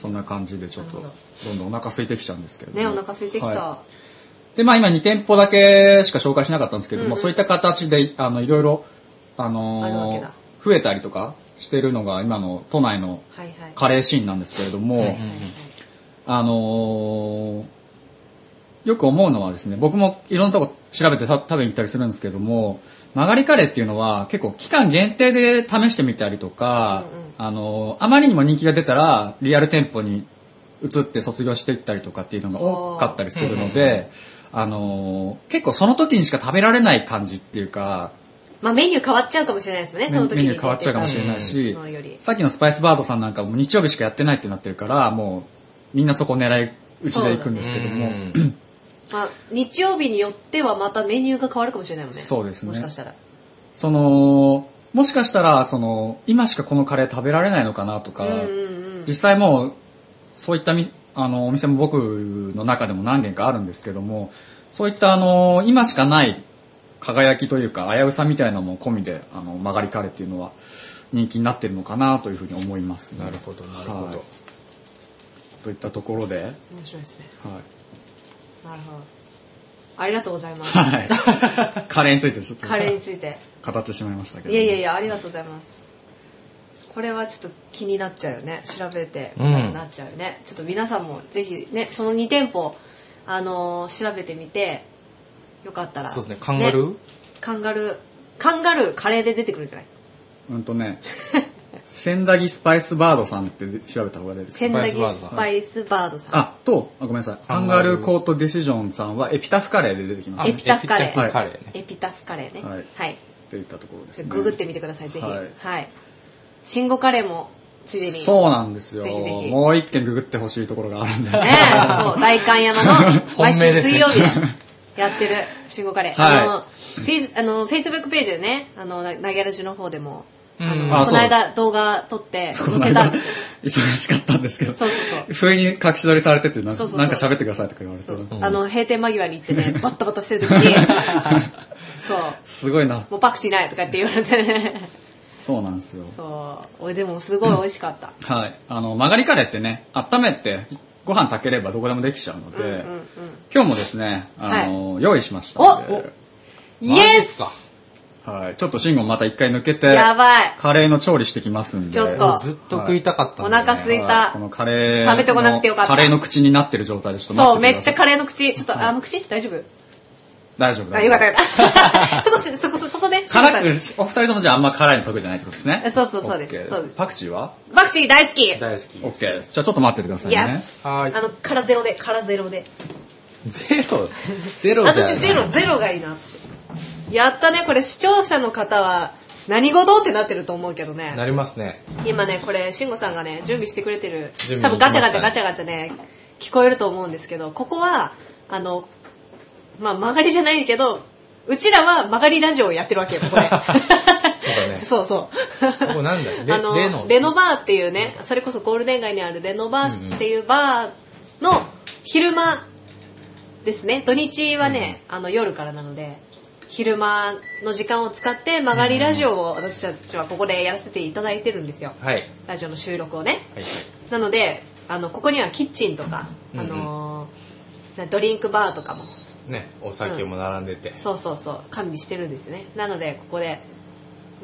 Speaker 3: そんな感じでちょっと
Speaker 1: なるほ
Speaker 3: どんどんお腹空いてきちゃうんですけど
Speaker 1: ねお腹空いてきた、
Speaker 3: はいで、まあ今2店舗だけしか紹介しなかったんですけども、そういった形で、あの、いろいろ、あ
Speaker 1: あるわけ
Speaker 3: の
Speaker 1: だ
Speaker 3: ー増えたりとかしてるのが今の都内の
Speaker 1: はいはい
Speaker 3: カレーシーンなんですけれども、
Speaker 1: はいはいはい
Speaker 3: あのーよく思うのはですね、僕もいろんなとこ調べてた食べに行ったりするんですけども、曲がりカレーっていうのは結構期間限定で試してみたりとか、あのーあまりにも人気が出たらリアル店舗に移って卒業していったりとかっていうのが多かったりするので、あのー結構その時にしか食べられない感じっていうか、
Speaker 1: まあメニュー変わっちゃうかもしれないですよね、その時
Speaker 3: メ
Speaker 1: に。
Speaker 3: ニュー変わっちゃうかもしれないし、
Speaker 1: うんより
Speaker 3: さっきのスパイスバードさんなんかも日曜日しかやってないってなってるからもうみんなそこ狙いうちで行くんですけども、
Speaker 2: うん
Speaker 1: まあ、日曜日によってはまたメニューが変わるかもしれないもんね。
Speaker 3: そうですね
Speaker 1: もしかしたら。
Speaker 3: そのもしかしたらその今しかこのカレー食べられないのかなとか、
Speaker 1: うんうんうん。
Speaker 3: 実際もうそういったみあのお店も僕の中でも何軒かあるんですけどもそういったあの今しかない輝きというか危うさみたいなのも込みであの曲がりカレーっていうのは人気になってるのかなというふうに思いますね、
Speaker 2: なるほど、なるほ
Speaker 3: はい
Speaker 2: ど。
Speaker 3: といったところで、はい、
Speaker 1: 面白いですね。なるほど。ありがとうございます。 [laughs]
Speaker 3: はい。カレーについてちょっと
Speaker 1: カレーについて。
Speaker 3: 語ってしまいましたけ
Speaker 1: い
Speaker 3: ど。
Speaker 1: やいやいや、ありがとうございます。これはちょっと気になっちゃうよね。調べてみたくなっちゃうよね。ちょっと皆さんもぜひね、その2店舗、あのー調べてみて、よかったら。
Speaker 2: そうですね、カンガルー、
Speaker 1: ねカンガルー。カンガルー、カレーで出てくるんじゃない
Speaker 3: うんとね、センダギスパイスバードさんって調べた方が出てくる。
Speaker 1: 仙台
Speaker 2: スパイスバードさん
Speaker 1: スパイスバードさん。
Speaker 3: あ、と、あごめんなさい。ハンガルーコートディシジョンさんはエピタフカレーで出てきま
Speaker 2: あ
Speaker 3: す。
Speaker 1: エピタフカレー
Speaker 2: エピタフカレーね。
Speaker 1: エピタフカレーね。
Speaker 3: はい
Speaker 1: はい
Speaker 3: といったところですね。
Speaker 1: ググってみてください、ぜひ。
Speaker 3: はい
Speaker 1: はい。シンゴカレーも、ついでに。ね
Speaker 3: そうなんですよ。
Speaker 1: ぜひぜひ
Speaker 3: もう一件ググってほしいところがあるんです。 [laughs]
Speaker 1: え、そう、代官山の、
Speaker 2: 本
Speaker 1: 毎
Speaker 2: 命
Speaker 1: 週
Speaker 2: ですね
Speaker 1: 水曜日でやってる、シンゴカレー。
Speaker 3: はい
Speaker 1: あの、フェイス、あの、フェイスブックページでね、あの、な投げラジの方でも、あ
Speaker 2: うん
Speaker 1: の、
Speaker 3: あ
Speaker 1: こ
Speaker 3: そう
Speaker 1: の間動画撮って、載せたんですよ。
Speaker 3: 忙しかったんですけど。
Speaker 1: そうそうそう
Speaker 3: 不意に隠し撮りされてて、なん
Speaker 1: そうそ
Speaker 3: か
Speaker 1: うそう
Speaker 3: なんか喋ってくださいとか言われて
Speaker 1: そ。うあの、閉店間際に行って
Speaker 3: [laughs]
Speaker 1: ね、バッタバタしてる時に、そう、
Speaker 3: すごいな。
Speaker 1: もうパクチーないとかって言われてね。
Speaker 3: そうなんですよ。
Speaker 1: そう、おいでもすごい美味しかった。
Speaker 3: はい。あの、曲がりカレーってね、温めて、ご飯炊ければどこでもできちゃうので、今日もですね、あの、用意しましたので、
Speaker 1: イエス
Speaker 2: マジっ
Speaker 3: はい。ちょっとシンゴンまた一回抜けて、
Speaker 1: やばい
Speaker 3: カレーの調理してきますんで、
Speaker 1: ちょっ
Speaker 2: す
Speaker 1: と
Speaker 2: かずっと食いたかったんだよね、
Speaker 1: お腹すいた
Speaker 3: はいこのカレーの、
Speaker 1: 食べてこなくてよかった
Speaker 3: カレーの口になってる状態でちょっと
Speaker 1: そう、
Speaker 3: 待
Speaker 1: めっ
Speaker 3: って
Speaker 1: ち
Speaker 3: くださ
Speaker 1: ゃ
Speaker 3: い。
Speaker 1: カレーの口。ちょっと、あ、もう口大丈夫
Speaker 3: 大丈夫
Speaker 1: あ、
Speaker 3: 大
Speaker 1: よ
Speaker 3: 丈
Speaker 1: かっ
Speaker 3: 夫。
Speaker 1: たよかった。 [laughs] そこし、そこ、そこで。
Speaker 3: 辛く、お二人ともじゃああんま辛いの得意じゃないってことですね。
Speaker 1: そうそうそうです
Speaker 3: OK
Speaker 1: そうです
Speaker 3: パクチーは
Speaker 1: パクチー大好き
Speaker 2: 大好き。
Speaker 3: ?OK です。じゃあちょっと待っててください
Speaker 1: イ
Speaker 3: ね。
Speaker 1: エス
Speaker 2: は
Speaker 1: あ
Speaker 2: い
Speaker 1: の、辛ゼロで、辛ゼロで。
Speaker 2: ゼロ、ゼロじゃ
Speaker 1: 私
Speaker 2: ん。
Speaker 1: ゼロ、ゼロがいいな、私。やったね、これ視聴者の方は、何事ってなってると思うけどね。
Speaker 2: なりますね。
Speaker 1: 今ね、これ、慎吾さんがね、準備してくれてる
Speaker 2: 準、備
Speaker 1: 多分ガチャガチャ
Speaker 2: 行きま
Speaker 1: ガ
Speaker 2: し
Speaker 1: チャガチャね、聞こえると思うんですけど、ここは、あの、まあ、曲がりじゃないけど、うちらは曲がりラジオをやってるわけよ、これ。そうだ [laughs]
Speaker 2: ね
Speaker 1: そうそう。
Speaker 2: ここな
Speaker 1: [laughs]
Speaker 2: んだレ
Speaker 1: あの
Speaker 2: レノ
Speaker 1: レノバーっていうね、それこそゴールデン街にあるレノバーっていうバーの昼間ですね、土日はね、あの夜からなので、昼間の時間を使って曲がりラジオを私たちはここでやらせていただいてるんですよ。
Speaker 2: はい。はい
Speaker 1: ラジオの収録をね。
Speaker 2: はい。
Speaker 1: なので、あの、ここにはキッチンとか、あのードリンクバーとかも、
Speaker 2: ね、お酒も並んでて。
Speaker 1: そうそうそう、完備してるんですよね。なので、ここで、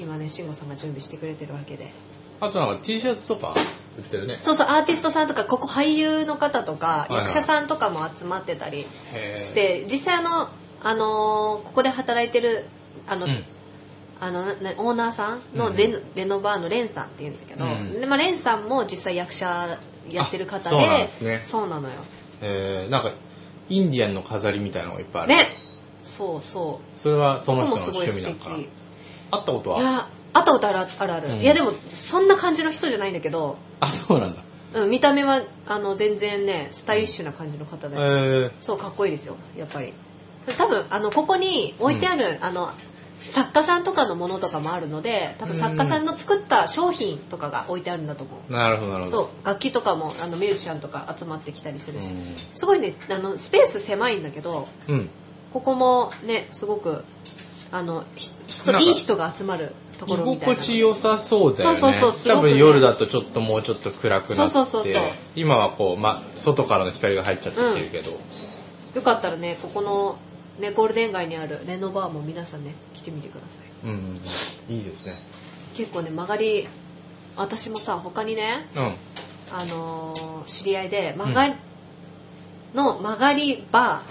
Speaker 1: 今ね、慎吾さんが準備してくれてるわけで。
Speaker 2: あとなんか T シャツとか売ってるね。
Speaker 1: そうそうアーティストさんとかここ俳優の方とか
Speaker 2: いはい
Speaker 1: 役者さんとかも集まってたり
Speaker 2: へー
Speaker 1: して実際あの、あのーここで働いてるあの、
Speaker 2: うん
Speaker 1: あのなオーナーさんのレ,、レノバーのレンさんっていうんだけど、
Speaker 2: うん
Speaker 1: でまあ、レンさんも実際役者やってる方で
Speaker 2: あそうなんですね
Speaker 1: そうなのよ
Speaker 2: えー、なんか、インディアンの飾りみたいなのがいっぱいある。
Speaker 1: ねそうそう
Speaker 2: それはその
Speaker 1: 僕
Speaker 2: 人の
Speaker 1: もすごい
Speaker 2: 趣味
Speaker 1: 素
Speaker 2: な
Speaker 1: 敵
Speaker 2: のかな。会ったこと
Speaker 1: い
Speaker 2: は
Speaker 1: やあったことあるあるある、
Speaker 2: うん
Speaker 1: いやでもそんな感じの人じゃないんだけど、
Speaker 2: あ、そうなんだ。
Speaker 1: うん、見た目はあの全然ねスタイリッシュな感じの方
Speaker 2: え
Speaker 1: で、
Speaker 2: ー、
Speaker 1: そうかっこいいですよやっぱり多分あのここに置いてある、あの作家さんとかのものとかもあるので多分作家さんの作った商品とかが置いてあるんだと思う、
Speaker 2: なるほど、なるほど。
Speaker 1: そう楽器とかもあのミュージシャンとか集まってきたりするし、
Speaker 2: うん
Speaker 1: すごいねあのスペース狭いんだけど
Speaker 2: うん。
Speaker 1: ここもねすごくあのひ人
Speaker 2: なんか
Speaker 1: いい人が集まるとこ
Speaker 2: 居
Speaker 1: ろみたい
Speaker 2: 心
Speaker 1: な
Speaker 2: 地良さそうだよね。
Speaker 1: そうそうそうすご
Speaker 2: 多
Speaker 1: くね
Speaker 2: 分夜だとちょっともうちょっと暗くなって。
Speaker 1: そうそうそうそう
Speaker 2: 今はこう、ま、外からの光が入っちゃってきてるけど、
Speaker 1: よかったらねここの、ね、ゴールデン街にあるレノバーも皆さんね来てみてください
Speaker 2: うん、うん、いいですね
Speaker 1: 結構ね曲がり私もさ他にね
Speaker 2: うん
Speaker 1: あのー知り合いで曲がり、の曲がりバ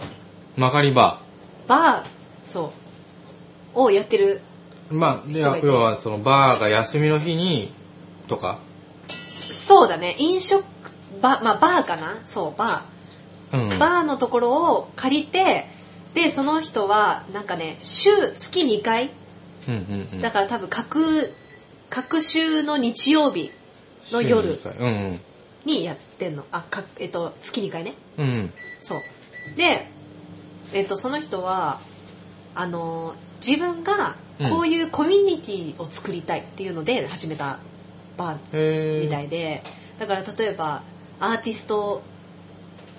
Speaker 2: 曲がりバ
Speaker 1: ーバーそうをやってる
Speaker 2: ーまあでは
Speaker 1: そう
Speaker 2: 要はそのバーが休みの日にとか
Speaker 1: そうだね飲食バーまあバーかなそうバー
Speaker 2: うんうん
Speaker 1: バーのところを借りてでその人はなんかね週月2回
Speaker 2: うんうん
Speaker 1: だから多分各各週の日曜日の夜
Speaker 2: 週に一回うん
Speaker 1: にやってんのあかえっと月2回ね
Speaker 2: うんうん
Speaker 1: そうで、えっと、その人はあの自分がこういうコミュニティを作りたいっていうので始めたバ
Speaker 2: へ
Speaker 1: ー
Speaker 2: ー
Speaker 1: みたいでだから例えばアーティスト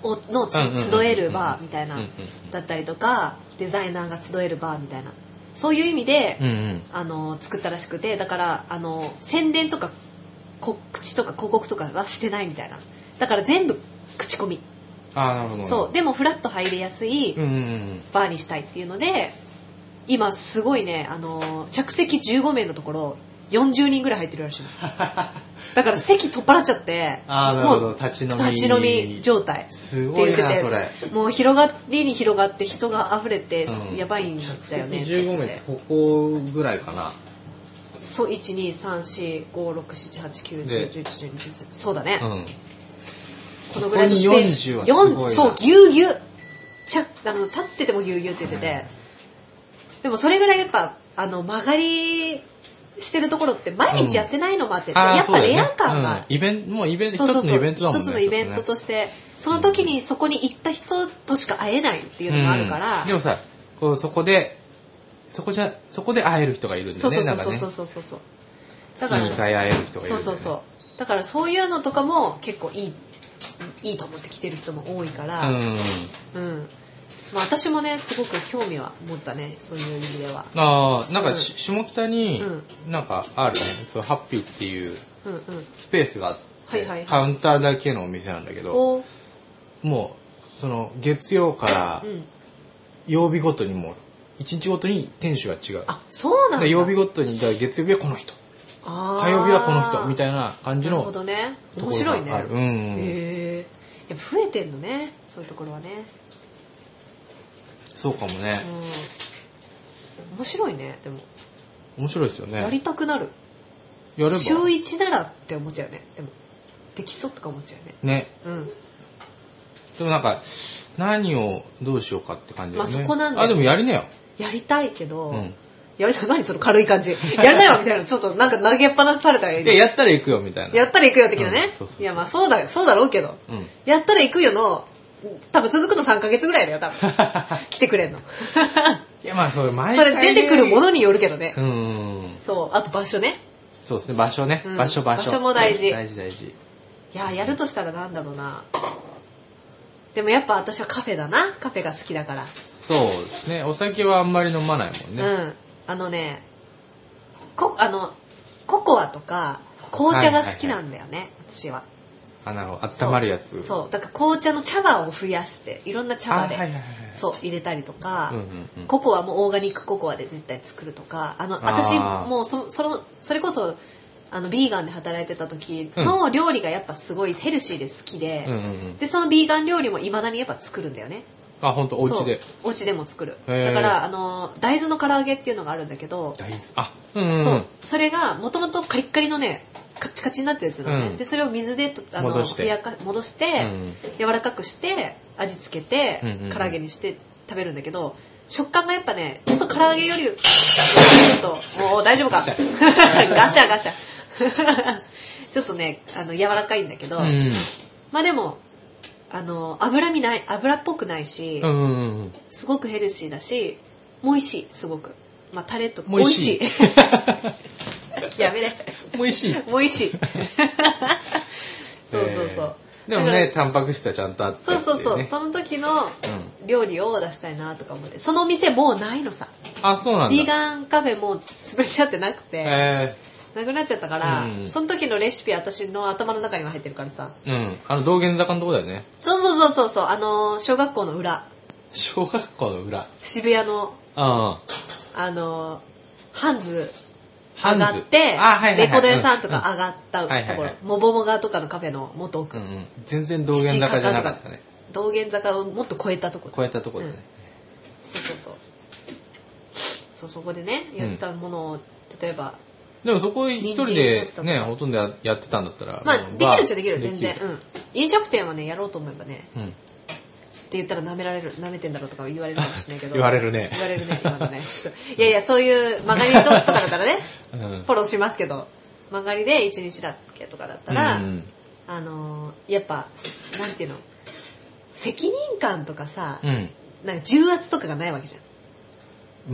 Speaker 1: をのつ
Speaker 2: うんうんうんうん
Speaker 1: 集えるバーみたいな
Speaker 2: うんうん
Speaker 1: だったりとかデザイナーが集えるバーみたいなそういう意味で、
Speaker 2: うんうん
Speaker 1: あの作ったらしくてだからあの宣伝とか告知とか広告とかはしてないみたいなだから全部口コミ
Speaker 2: ああなるほど
Speaker 1: そうでもフラッと入れやすい
Speaker 2: うんうんうん
Speaker 1: バーにしたいっていうので今すごいねあのー着席15名のところ40人ぐらい入ってるら
Speaker 2: [laughs]
Speaker 1: しいのだから席取っ払っちゃって
Speaker 2: あーなるほど
Speaker 1: もう
Speaker 2: 立ち飲み
Speaker 1: 立ち飲み状態
Speaker 2: すごい
Speaker 1: っ
Speaker 2: な
Speaker 1: て言ってて
Speaker 2: そ
Speaker 1: もう広がりに広がって人が溢れて、
Speaker 2: うん
Speaker 1: やばいん
Speaker 2: 客
Speaker 1: だ
Speaker 2: 席
Speaker 1: よね
Speaker 2: 15名ここぐらいかな
Speaker 1: そう12345678910112
Speaker 2: で
Speaker 1: そうだね、
Speaker 2: うん
Speaker 1: このぐらいのスペース
Speaker 2: ここに40はす
Speaker 1: 40そ
Speaker 2: ごいな
Speaker 1: うぎゅうぎゅうちゃあの立っててもぎゅうぎゅうって言ってて、でもそれぐらいやっぱあの曲がりしてるところって毎日やってないのもあって、
Speaker 2: あー
Speaker 1: やっ
Speaker 2: そう
Speaker 1: ぱ
Speaker 2: だよ
Speaker 1: レ
Speaker 2: ね
Speaker 1: ア感が、
Speaker 2: うんイベントもうイベント
Speaker 1: そうそ
Speaker 2: 一
Speaker 1: うそう
Speaker 2: つのイベントだもんね
Speaker 1: 一つのイベントとしてその時にそこに行った人としか会えないっていうのもあるから、
Speaker 2: うんでもさこうそこでそこじゃそこで会える人がいるんだ
Speaker 1: そ
Speaker 2: よ
Speaker 1: う
Speaker 2: ね
Speaker 1: そう
Speaker 2: なんか
Speaker 1: そう
Speaker 2: ね
Speaker 1: そうそうそうそうだ
Speaker 2: 月2回会える人がいる
Speaker 1: そう
Speaker 2: んだよね
Speaker 1: そうそうだからそういうのとかも結構いいいいと思って来てる人も多いから、
Speaker 2: うん
Speaker 1: うん、まあ、私もねすごく興味は持ったねそういう意味では
Speaker 2: ああなんかし、下北に
Speaker 1: う
Speaker 2: なんかあるねそうハッピーっていう
Speaker 1: うんうん
Speaker 2: スペースがあって、
Speaker 1: はいはいはい
Speaker 2: カウンターだけのお店なんだけど
Speaker 1: お
Speaker 2: もうその月曜から
Speaker 1: うん
Speaker 2: 曜日ごとにもう1日ごとに店主が違う
Speaker 1: あそう
Speaker 2: だ
Speaker 1: なんだ
Speaker 2: から曜日ごとにだから月曜日はこの人
Speaker 1: 火
Speaker 2: 火曜日はこの人み
Speaker 1: い
Speaker 2: たいな感じ
Speaker 1: なるほ
Speaker 2: の
Speaker 1: どね
Speaker 2: とこ
Speaker 1: 面
Speaker 2: ろ
Speaker 1: 白いね
Speaker 2: があるうんうん
Speaker 1: へえやっぱ増えてんのねそういうところはね
Speaker 2: そうかもね
Speaker 1: うん面白いねでも
Speaker 2: 面白いですよね
Speaker 1: やりたくなる
Speaker 2: やれば
Speaker 1: 週1ならって思っちゃうよねでもできそうとか思っちゃうよね
Speaker 2: ね
Speaker 1: うん
Speaker 2: でもなんか何をどうしようかって感じだよね、
Speaker 1: まあそこなんだよ
Speaker 2: あでもやりなよ
Speaker 1: やりたいけど、
Speaker 2: うん
Speaker 1: やりたい何その軽い感じやらないわみたいなちょっとなんか投げっぱなしされたよ
Speaker 2: いややったら行くよみたいな
Speaker 1: やったら行くよ的なね
Speaker 2: うんそうそうそう
Speaker 1: いやまあそうだそうだろうけど、
Speaker 2: うん
Speaker 1: やったら行くよの多分続くの3ヶ月ぐらいだよ多
Speaker 2: [laughs]
Speaker 1: 分来てくれんの
Speaker 2: いやまあそれ毎
Speaker 1: そ
Speaker 2: 回
Speaker 1: れ出てくるものによるけどね、
Speaker 2: うん
Speaker 1: そうあと場所ね
Speaker 2: そうですね場所ね、
Speaker 1: うん
Speaker 2: 場所場所
Speaker 1: 場所も大事
Speaker 2: 大事大事
Speaker 1: いややるとしたらなんだろうなでもやっぱ私はカフェだなカフェが好きだから、
Speaker 2: そうですねお酒はあんまり飲まないもん
Speaker 1: う
Speaker 2: ね、
Speaker 1: んあのねこあのココアとか紅茶が好きなんだよね、私は
Speaker 2: あなるほど温まるやつ
Speaker 1: そうだから紅茶の茶葉を増やしていろんな茶葉で、
Speaker 2: あはいはいはいはい
Speaker 1: そう入れたりとか、
Speaker 2: うんうんうん
Speaker 1: ココアもオーガニックココアで絶対作るとかあの
Speaker 2: あ
Speaker 1: 私
Speaker 2: ー
Speaker 1: もうそそのそれこそあのビーガンで働いてた時の料理がやっぱすごいヘルシーで好きで、
Speaker 2: うんうんうん
Speaker 1: でそのビーガン料理もいまだにやっぱ作るんだよね
Speaker 2: あ本当お家で
Speaker 1: そうお家でも作る
Speaker 2: へー
Speaker 1: だからあの大豆の唐揚げっていうのがあるんだけど
Speaker 2: 大豆あうんうんうん
Speaker 1: そうそれがもともとカリッカリのねカチカチになったやつなのね、
Speaker 2: うん
Speaker 1: でそれを水でとあの
Speaker 2: 戻して
Speaker 1: ふやか戻して、柔らかくして味付けて、
Speaker 2: うんうんうん
Speaker 1: 唐揚げにして食べるんだけど食感がやっぱねちょっと唐揚げよりちょっともう大丈夫かガシャ [laughs] ガシャちょっとねあの柔らかいんだけど、
Speaker 2: うんうん
Speaker 1: まあでもあの脂身ない脂っぽくないし、
Speaker 2: うんうんうんうん
Speaker 1: すごくヘルシーだしもう美味しいすごくまあタレとか
Speaker 2: もう美味しい
Speaker 1: 美味しい [laughs] やめれ
Speaker 2: 美味しい
Speaker 1: もう美味
Speaker 2: [laughs]
Speaker 1: しいそうそうそう、
Speaker 2: えーでも
Speaker 1: だ
Speaker 2: ね
Speaker 1: か
Speaker 2: タンパク質はちゃんとあってって
Speaker 1: ら
Speaker 2: い
Speaker 1: そう
Speaker 2: ね
Speaker 1: そうそう、その時の料理を出したいなとか思ってその店もうないのさ
Speaker 2: あそうなんだ
Speaker 1: ヴィーガンカフェもう潰れちゃってなくて
Speaker 2: え
Speaker 1: なくなっちゃったから、
Speaker 2: うん
Speaker 1: その時のレシピ私の頭の中には入ってるからさ
Speaker 2: ーうんあの道玄坂のとこだよね
Speaker 1: そうそうそうそうそうあのー小学校の裏
Speaker 2: 小学校の裏。
Speaker 1: 渋谷の、
Speaker 2: うん。
Speaker 1: あの、ハンズ
Speaker 2: ハ
Speaker 1: 上
Speaker 2: ンズ
Speaker 1: がって、
Speaker 2: あはいはいはい
Speaker 1: レコード屋さんとか上がったところ、
Speaker 2: うんはいはいはい
Speaker 1: モボモガとかのカフェの元奥、
Speaker 2: うんうん。全然道玄坂じゃなかったね。
Speaker 1: 道玄坂をもっと超えたところ。
Speaker 2: 超えたとこだね。
Speaker 1: そうそうそう。そう、そこでね、やってたものを、例えば、
Speaker 2: でもそこ一人
Speaker 1: 人参パ
Speaker 2: で
Speaker 1: スタとか
Speaker 2: ね、ほとんどややってたんだったら。
Speaker 1: まあ、
Speaker 2: もう
Speaker 1: できるっちゃできる、
Speaker 2: バー
Speaker 1: 全然。
Speaker 2: でき
Speaker 1: う
Speaker 2: る
Speaker 1: ん。飲食店はね、やろうと思えばね、
Speaker 2: うん。
Speaker 1: って言ったら舐められる、舐めてんだろうとか言われるかもしれないけど。
Speaker 2: 言われるね
Speaker 1: 言われるね、今のね。ちょっといやいや、そういう曲がりととかだったらね、
Speaker 2: うん
Speaker 1: フォローしますけど、曲がりで1日だっけとかだったら、
Speaker 2: うんうん
Speaker 1: あのーやっぱ、なんていうの、責任感とかさ、
Speaker 2: うん。
Speaker 1: なんか重圧とかがないわけじゃん。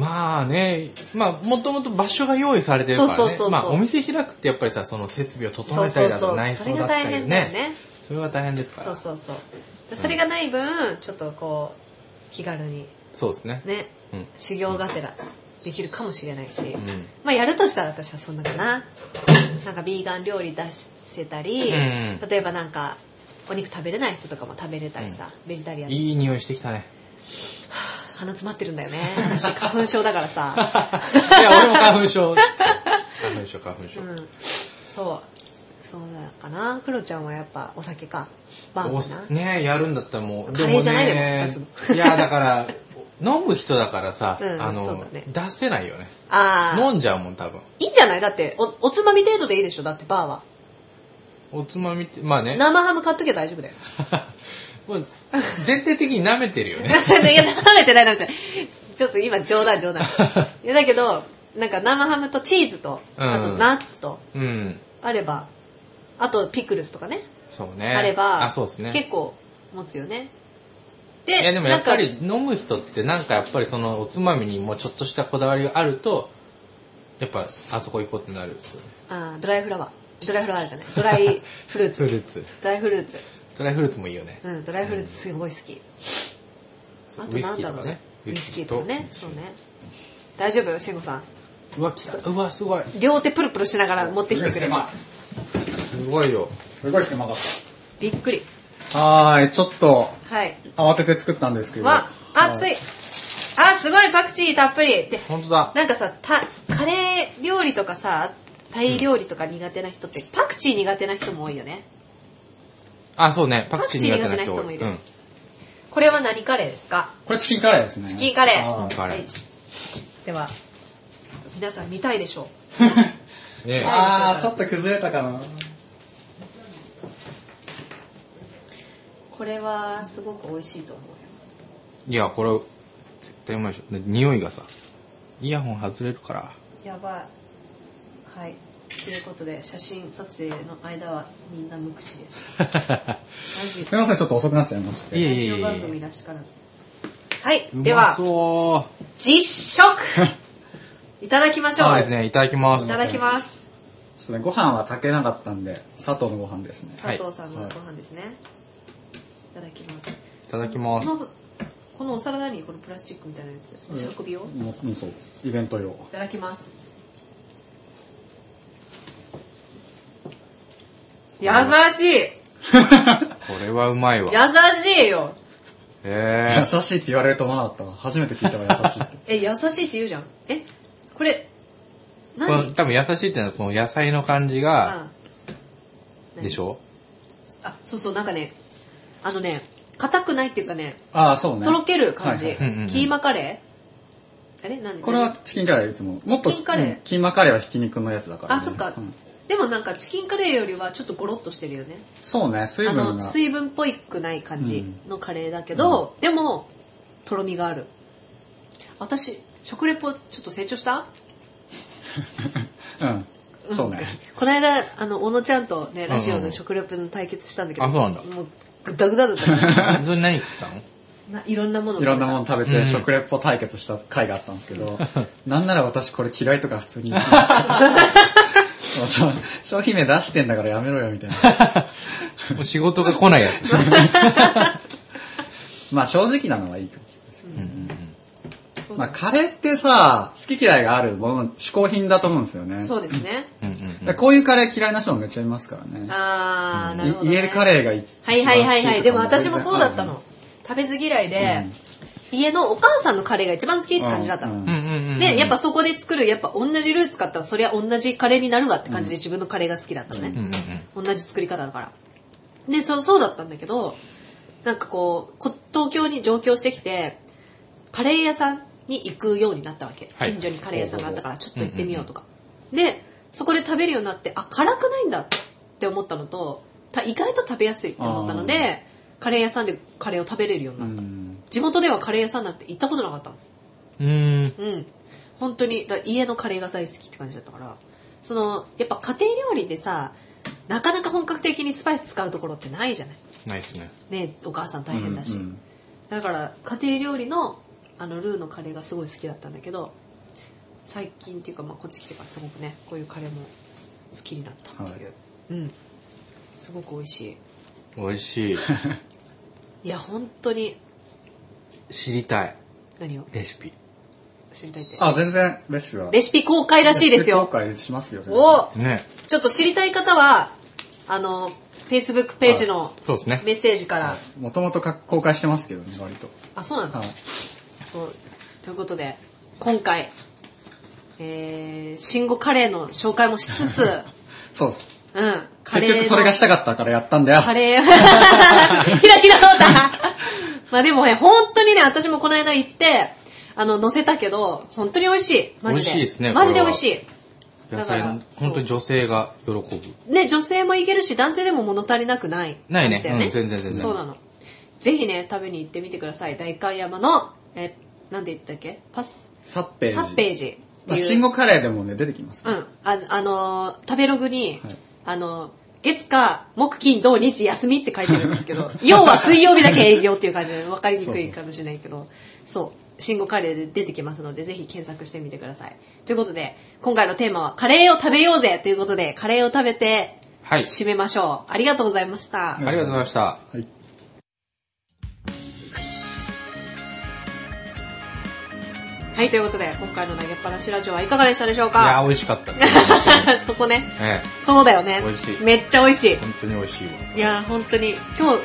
Speaker 2: まあね、まあもともと場所が用意されてるからね。
Speaker 1: そうそうそうそう
Speaker 2: まあお店開くってやっぱりさ、その設備を整えたりだと
Speaker 1: そうそうそう
Speaker 2: か内装だっ
Speaker 1: それ
Speaker 2: た
Speaker 1: が大
Speaker 2: り
Speaker 1: 変だよね
Speaker 2: ね。それが大変ですから。
Speaker 1: そうそうそう。それがない分、ちょっとこう、気軽に、
Speaker 2: そうですね。
Speaker 1: ね、
Speaker 2: うん
Speaker 1: 修行がてらできるかもしれないし、
Speaker 2: ん
Speaker 1: まあやるとしたら私はそんなかな。なんかビーガン料理出せたり、
Speaker 2: うん
Speaker 1: 例えばなんか、お肉食べれない人とかも食べれたりさ、ベジタリアン
Speaker 2: いい匂いしてきたね。
Speaker 1: 鼻詰まってるんだよね。私、花粉症だからさ。
Speaker 2: [laughs] いや、俺も花粉症。花粉症、花粉症。
Speaker 1: うん。そう。そうだかな。クロちゃんはやっぱお酒か。バ
Speaker 2: お
Speaker 1: ー
Speaker 2: す
Speaker 1: かな。
Speaker 2: ねやるんだったらもう
Speaker 1: カレーじゃないでも
Speaker 2: ね
Speaker 1: 出すの
Speaker 2: いやだから飲む人だからさ、
Speaker 1: うん
Speaker 2: あ
Speaker 1: そう
Speaker 2: の、
Speaker 1: だね
Speaker 2: 出せないよね
Speaker 1: ああ。
Speaker 2: 飲んじゃうもん多分
Speaker 1: いいんじゃないだってお、おつまみ程度でいいでしょだってバーは。
Speaker 2: おつまみってまあ [laughs] ね
Speaker 1: 生ハム買っとけば大丈夫だよ。
Speaker 2: もう全体的に舐めてるよね
Speaker 1: いや、舐めてない舐めてない。ちょっと今冗談 [laughs] 冗談。いや、だけど、なんか生ハムとチーズと、
Speaker 2: うん
Speaker 1: あとナッツと、
Speaker 2: うん
Speaker 1: あれば、あとピクルスとかね、
Speaker 2: そうね
Speaker 1: あれば、
Speaker 2: あそうですね
Speaker 1: 結構持つよね。
Speaker 2: いやでもやっぱ
Speaker 1: なん
Speaker 2: り
Speaker 1: か
Speaker 2: 飲む人ってなんかやっぱりそのおつまみにもうちょっとしたこだわりがあるとやっぱあそこ行こうってなるんですよね
Speaker 1: あードライフラワー。ドライフラワーじゃない。ドライフルー
Speaker 2: フ
Speaker 1: [laughs] ツ。
Speaker 2: ルーツ
Speaker 1: ドライフルーツ。
Speaker 2: ドライフルーツもいいよね、
Speaker 1: うん、ドライフルーツすごい好き。あと
Speaker 2: ウイス
Speaker 1: なん
Speaker 2: キー
Speaker 1: だろ
Speaker 2: とか
Speaker 1: うね
Speaker 2: ね。
Speaker 1: ウイスキーとかね。そうね。大丈夫よ、慎吾さん。
Speaker 2: うわ来たうわすごい
Speaker 1: 両手プルプルしながら持ってき
Speaker 3: すご
Speaker 1: てく
Speaker 3: い
Speaker 1: れる。
Speaker 3: 狭
Speaker 2: すごいよ
Speaker 3: い。すごい狭かっ
Speaker 1: びっくり。
Speaker 3: た。はーい、ちょっと
Speaker 1: はい。
Speaker 3: 慌てて作ったんですけど。
Speaker 1: わ、熱い。あ、すごいパクチーたっぷり。で、
Speaker 2: 本当だ
Speaker 1: なんかさ、た、カレー料理とかさ、タイ料理とか苦手な人って、パクチー苦手な人も多いよね。
Speaker 2: あ、そうね。パクチー苦手な人
Speaker 1: パクチー苦手な人
Speaker 2: 多
Speaker 1: もい
Speaker 2: い。
Speaker 1: る
Speaker 2: うん。
Speaker 1: これは何カレーですか
Speaker 3: これチキンカレーですね。チ
Speaker 1: チキンカレー。
Speaker 2: チキンカレー
Speaker 1: はいでは、皆さん見たいでしょ
Speaker 2: ねえ
Speaker 3: あー、ちょっと崩れたかな。
Speaker 1: う。これはすごく美味しいと思うよ。
Speaker 2: いや、これ、絶対うまいでしょ。で匂いがさ、イヤホン外れるから。
Speaker 1: やばい。はい。ということで、写真撮影の間はみんな無口です。
Speaker 2: [laughs]
Speaker 1: ラジ
Speaker 3: すみません、ちょっと遅くなっちゃいまして。
Speaker 2: いえ
Speaker 1: ラ
Speaker 2: いえ
Speaker 1: ジ
Speaker 2: い
Speaker 1: オ
Speaker 2: え。
Speaker 1: 番組らしからぬ。はい。
Speaker 2: う
Speaker 1: では
Speaker 2: ま、そ [laughs]
Speaker 1: 実食いただきまし
Speaker 2: う。
Speaker 1: ょう。
Speaker 2: そうですね。いただきま
Speaker 1: い
Speaker 2: す。
Speaker 1: ただきます。
Speaker 3: ちょっとねご飯は炊けなかったんで、砂糖のご飯ですね。
Speaker 2: はい
Speaker 1: 佐藤さんのご飯ですね。いただきます。
Speaker 2: いただきま
Speaker 1: こ
Speaker 2: す。
Speaker 1: の、このお皿何このプラスチックみたいなやつ。持ち運びをい
Speaker 3: もううんそう。イベント用。
Speaker 1: ただきます。優しい
Speaker 2: これはうまいわ。
Speaker 1: 優しいよ
Speaker 2: え
Speaker 3: 優しいって言われると思わなかったわ。初めて聞いたわ、優し
Speaker 1: [laughs]
Speaker 3: いって。
Speaker 1: え、優しいって言うじゃん。え、これ、
Speaker 2: え。この
Speaker 1: 何
Speaker 2: 多分優しいっていうのは、この野菜の感じ
Speaker 1: あ
Speaker 2: が、
Speaker 1: 何
Speaker 2: でしょ
Speaker 1: あ、そうそう、なんかね、あのね、硬くないっていうかね、
Speaker 3: あー、そうね。
Speaker 1: とろける感じ、
Speaker 3: はい
Speaker 2: はいうんうんうん
Speaker 1: キーマカレーあれ何
Speaker 3: これはチキンカレーいつも。もっと
Speaker 1: チキンカレー
Speaker 3: うんキーマカレーはひき肉のやつだから
Speaker 1: あ
Speaker 3: ね。
Speaker 1: そっか、
Speaker 3: うん
Speaker 1: でもなんかチキンカレーよりはちょっとゴロッとしてるよね
Speaker 3: そうね、水
Speaker 1: あ
Speaker 3: 分が。
Speaker 1: の水分っぽいくない感じのカレーだけど、でもとろみがある私食レポちょっと成長した
Speaker 3: うん。そうね。
Speaker 1: [laughs] この間あの小野ちゃんとねラジオで食レポの対決したんだけど、
Speaker 2: あそうなんだ
Speaker 1: もうグダグダだったか
Speaker 2: う。
Speaker 3: [laughs]
Speaker 1: ら
Speaker 2: 本当に何食
Speaker 1: [laughs]
Speaker 2: ったの
Speaker 1: ないろんなもの
Speaker 3: いろんなもの
Speaker 1: 食
Speaker 3: 食
Speaker 2: う
Speaker 3: べて
Speaker 2: ん
Speaker 3: 食レポ対決した回があったんです
Speaker 2: [laughs]
Speaker 3: けど、なんなら私これ嫌いとか普通に言ってそうそう商品名出してんだからやめろよみたいな。
Speaker 2: もう仕事が来ないや
Speaker 1: [laughs]
Speaker 2: つ。
Speaker 3: まあ正直なのはいいかもしれないです
Speaker 1: べそう,、
Speaker 3: まあカレーってさ、好き嫌いがあるもの、嗜好品だと思うんですよね。
Speaker 1: そうですね、
Speaker 2: うんうん
Speaker 3: でこういうカレー嫌いな人もめっちゃいますからね。
Speaker 1: あーなるほど、
Speaker 3: い
Speaker 1: ね、
Speaker 3: 家でカレーが一番好き
Speaker 1: はいはいはいはい。でも私もそうだった
Speaker 3: とか
Speaker 1: の。食べず嫌いで、家のお母さんのカレーが一番好きって感じだったの。
Speaker 3: うん
Speaker 2: うんうんうん。
Speaker 1: で、やっぱそこで作る、やっぱ同じルー使ったらそりゃ同じカレーになるわって感じで自分のカレーが好きだったのね。
Speaker 2: うんうん
Speaker 1: 同じ作り方だから。で、そそうだったんだけど、なんかこう、こ東京に上京してきて、カレー屋さんに行くようになったわけ。
Speaker 2: はい
Speaker 1: 近所にカレー屋さんがあったから、ちょっと行ってみようとか。で、そこで食べるようになって、あ、辛くないんだって思ったのと、た意外と食べやすいって思ったので、カレー屋さんでカレーを食べれるようになった。地元ではカレー屋さんなんて行ったことなかったの。
Speaker 2: うん。うん。
Speaker 1: うん。本当に、だから家のカレーが大好きって感じだったから、その、やっぱ家庭料理でさ、なかなか本格的にスパイス使うところってないじゃない。
Speaker 2: ないですね。
Speaker 1: ねお母さん大変だし。
Speaker 3: うんうん
Speaker 1: だから、家庭料理の、あの、ルーのカレーがすごい好きだったんだけど、最近っていうか、まあ、こっち来てからすごくね、こういうカレーも好きになったっていう。
Speaker 3: はい
Speaker 1: うん。すごく美味し
Speaker 2: 美味しい。
Speaker 1: い。いや、本当に、
Speaker 2: 知りたい。
Speaker 1: 何を
Speaker 2: レシピ。
Speaker 1: 知りたいって。
Speaker 3: あ、全然レシピは。
Speaker 1: レシピ公開らしいです
Speaker 3: 公
Speaker 1: よ。
Speaker 3: 開しますよ。全然
Speaker 1: お
Speaker 2: ね。
Speaker 1: ちょっと知りたい方は、あの、Facebook ページの
Speaker 2: そうですね。
Speaker 1: メッセージから、
Speaker 3: もともと公開してますけどね、割と。
Speaker 1: あ、そうなんだ、
Speaker 3: はい。
Speaker 1: そうということで、今回、えー、新語カレーの紹介もしつつ、
Speaker 3: そうです。
Speaker 1: うん、カ
Speaker 3: 結
Speaker 1: レーの
Speaker 3: 局それがしたかったからやったんだよ。
Speaker 1: カレー、 [laughs] 開き直った [laughs] まあでもね、本当にね、私もこの間行って、あの、乗せたけど、本当に美味しい。マジで。
Speaker 2: 美味しいですね
Speaker 1: マジで美
Speaker 2: これは
Speaker 1: 味しい。
Speaker 2: 野菜
Speaker 1: だから
Speaker 2: の、本当に女性が喜ぶ。
Speaker 1: ね、女性もいけるし、男性でも物足りなくない
Speaker 2: ないね
Speaker 1: 感じだよね。
Speaker 2: うん全然全然
Speaker 1: そうなの。ぜひね、食べに行ってみてください。代官山の、え、なんで言ったっけパス、
Speaker 3: サッページ。
Speaker 1: サッページって
Speaker 3: まあ
Speaker 1: いう。
Speaker 3: 信号カレーでもね、出てきます、
Speaker 1: う
Speaker 3: ね
Speaker 1: ん。ああのー食べログに、
Speaker 3: はい
Speaker 1: あのー月火木金土日休みって書いてあるんです
Speaker 2: [laughs]
Speaker 1: けど、要は水曜日だけ営業っていう感じで分かりにくいかもしれないけど、そう、信号カレーで出てきますので、ぜひ検索してみてください。ということで、今回のテーマはカレーを食べようぜということで、カレーを食べて、
Speaker 2: はい。
Speaker 1: 締めましょう。ありがとうございました。
Speaker 2: ありがとうございました。
Speaker 3: はい。
Speaker 1: はい、ということで、今回の投げっぱなしラジオはいかがでしたでしょう
Speaker 2: いや、
Speaker 1: か
Speaker 2: 美味しかったです。
Speaker 1: [laughs] そこね。
Speaker 2: え
Speaker 1: そうだよね。
Speaker 2: 美味しい
Speaker 1: めっちゃ美味し
Speaker 2: え本当に美味しいわ。
Speaker 1: い。いやー、本当に、今日、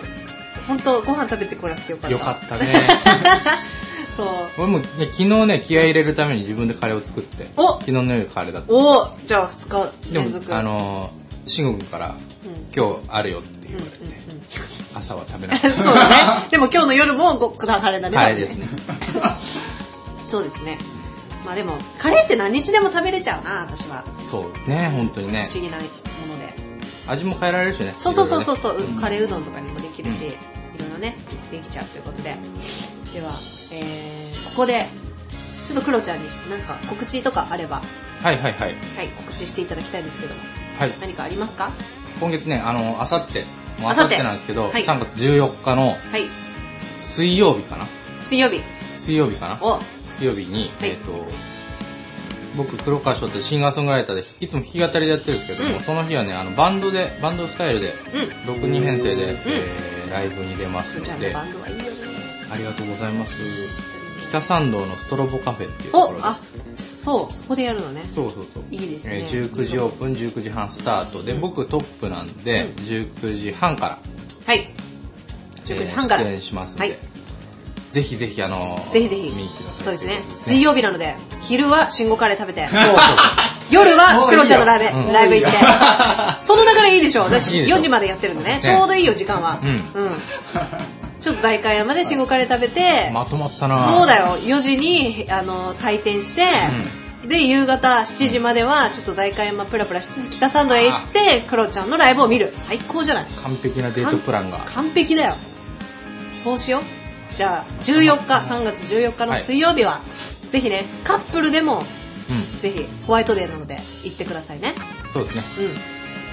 Speaker 1: 本当ご飯食べてこなくてよかった。
Speaker 2: よかったね。
Speaker 1: た。そう。
Speaker 2: [laughs] 俺もね、昨日ね、気合い入れるために自分でカレーを作って。
Speaker 1: お
Speaker 2: 昨日の夜カレーだった。
Speaker 1: おーじゃあ2日
Speaker 2: で
Speaker 1: 連続。
Speaker 2: も、あのー、慎吾君から、今日あるよって言われて
Speaker 1: うんうん [laughs] うん、
Speaker 2: 朝は食べ
Speaker 1: [laughs]
Speaker 2: な
Speaker 1: そ
Speaker 2: かっ
Speaker 1: うだね。でも今日の夜もごくだカレーだ
Speaker 2: た。
Speaker 1: ね。
Speaker 2: カレーですね。
Speaker 1: そうですね。まあでも、カレーって何日でも食べれちゃうな、私は。
Speaker 2: そうね、本当にね
Speaker 1: 不。思議なもので。
Speaker 2: 味も変えられるしね。
Speaker 1: そうそうそう
Speaker 2: い
Speaker 1: そ
Speaker 2: ろ
Speaker 1: う
Speaker 2: い
Speaker 1: そう、
Speaker 2: ろね
Speaker 1: うんカレーうどんとかにもできるし、いろいろねできちゃうということででは、えー、ここでちょっとクロちゃんになんか告知とかあれば、
Speaker 2: はいはいはい。
Speaker 1: はい、告知していただきたいんですけども
Speaker 2: はい。
Speaker 1: 何かありますか
Speaker 2: 今月ね、あの、あさって、も
Speaker 1: 明
Speaker 2: うあ
Speaker 1: 後日
Speaker 2: さってなんですけど、
Speaker 1: はい
Speaker 2: 3月14日の
Speaker 1: はい
Speaker 2: 水曜日かな
Speaker 1: 水曜日
Speaker 2: 水曜日かな
Speaker 1: を
Speaker 2: 水曜日に、
Speaker 1: はい
Speaker 2: えっ、と、僕、黒川翔ってシンガーソングライターで、いつも弾き語りでやってるんですけども、
Speaker 1: うん
Speaker 2: その日はね、あの、バンドで、バンドスタイルで、
Speaker 1: う
Speaker 2: 6人編成で、えーライブに出ます
Speaker 1: ん
Speaker 2: の
Speaker 1: クロちゃんの
Speaker 2: で、
Speaker 1: バ
Speaker 2: あ
Speaker 1: ンドはいいよね
Speaker 2: りがとうございます。北参道のストロボカフェっていうとこ
Speaker 1: お
Speaker 2: ろで。
Speaker 1: あそうそこでやるのね
Speaker 2: そうそうそう。
Speaker 1: いいですね
Speaker 2: えー19時オープン、19時半スタートで、僕トップなんで、19時半から、
Speaker 1: はい19時半から、
Speaker 2: えー出演しますんで、
Speaker 1: はい
Speaker 2: ぜひぜひあのー
Speaker 1: ぜひぜひ
Speaker 2: 見に来てください
Speaker 1: そうですね
Speaker 2: といこと
Speaker 1: 水曜日なので昼は信号カレー食べ [laughs] て
Speaker 2: そうそうそう
Speaker 1: 夜はクロちゃんのライブ
Speaker 2: もういいようん
Speaker 1: ライブ行って [laughs] その流れいいでしょ私
Speaker 2: いいでしょ
Speaker 1: 4時までやってるのね
Speaker 2: ね
Speaker 1: ちょうどいいよ時間は
Speaker 2: う
Speaker 1: うんちょっと代官山で信号カレー食べて
Speaker 2: まとまったな
Speaker 1: そうだよ4時にあの退店してで夕方7時まではちょっと代官山プラプラしつつ北参道へ行ってクロちゃんのライブを見る最高じゃない
Speaker 2: 完璧なデートプランが
Speaker 1: 完璧だよそうしようじゃあ14日3月14日の水曜日は、ぜひねカップルでも
Speaker 2: う
Speaker 1: ぜひホワイトデーなので行ってくださいね
Speaker 2: んそうですね
Speaker 1: うん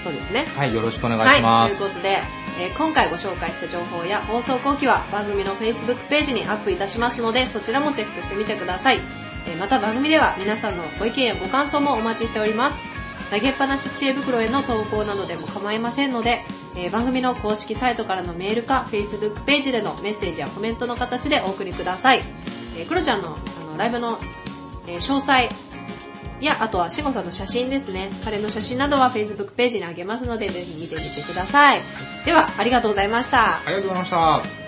Speaker 1: そうですね
Speaker 2: はいよろしくお願いします、
Speaker 1: はい、ということで、えー今回ご紹介した情報や放送後期は番組の Facebook ページにアップいたしますのでそちらもチェックしてみてください、えーまた番組では皆さんのご意見やご感想もお待ちしております投げっぱなし知恵袋への投稿などでも構いませんので、えー番組の公式サイトからのメールか Facebook ページでのメッセージやコメントの形でお送りください、えー、クロちゃんのあのライブの、えー詳細いや、あとは、しごさんの写真ですね。彼の写真などは Facebook ページにあげますので、ぜひ見てみてください。では、ありがとうございました。
Speaker 2: ありがとうございました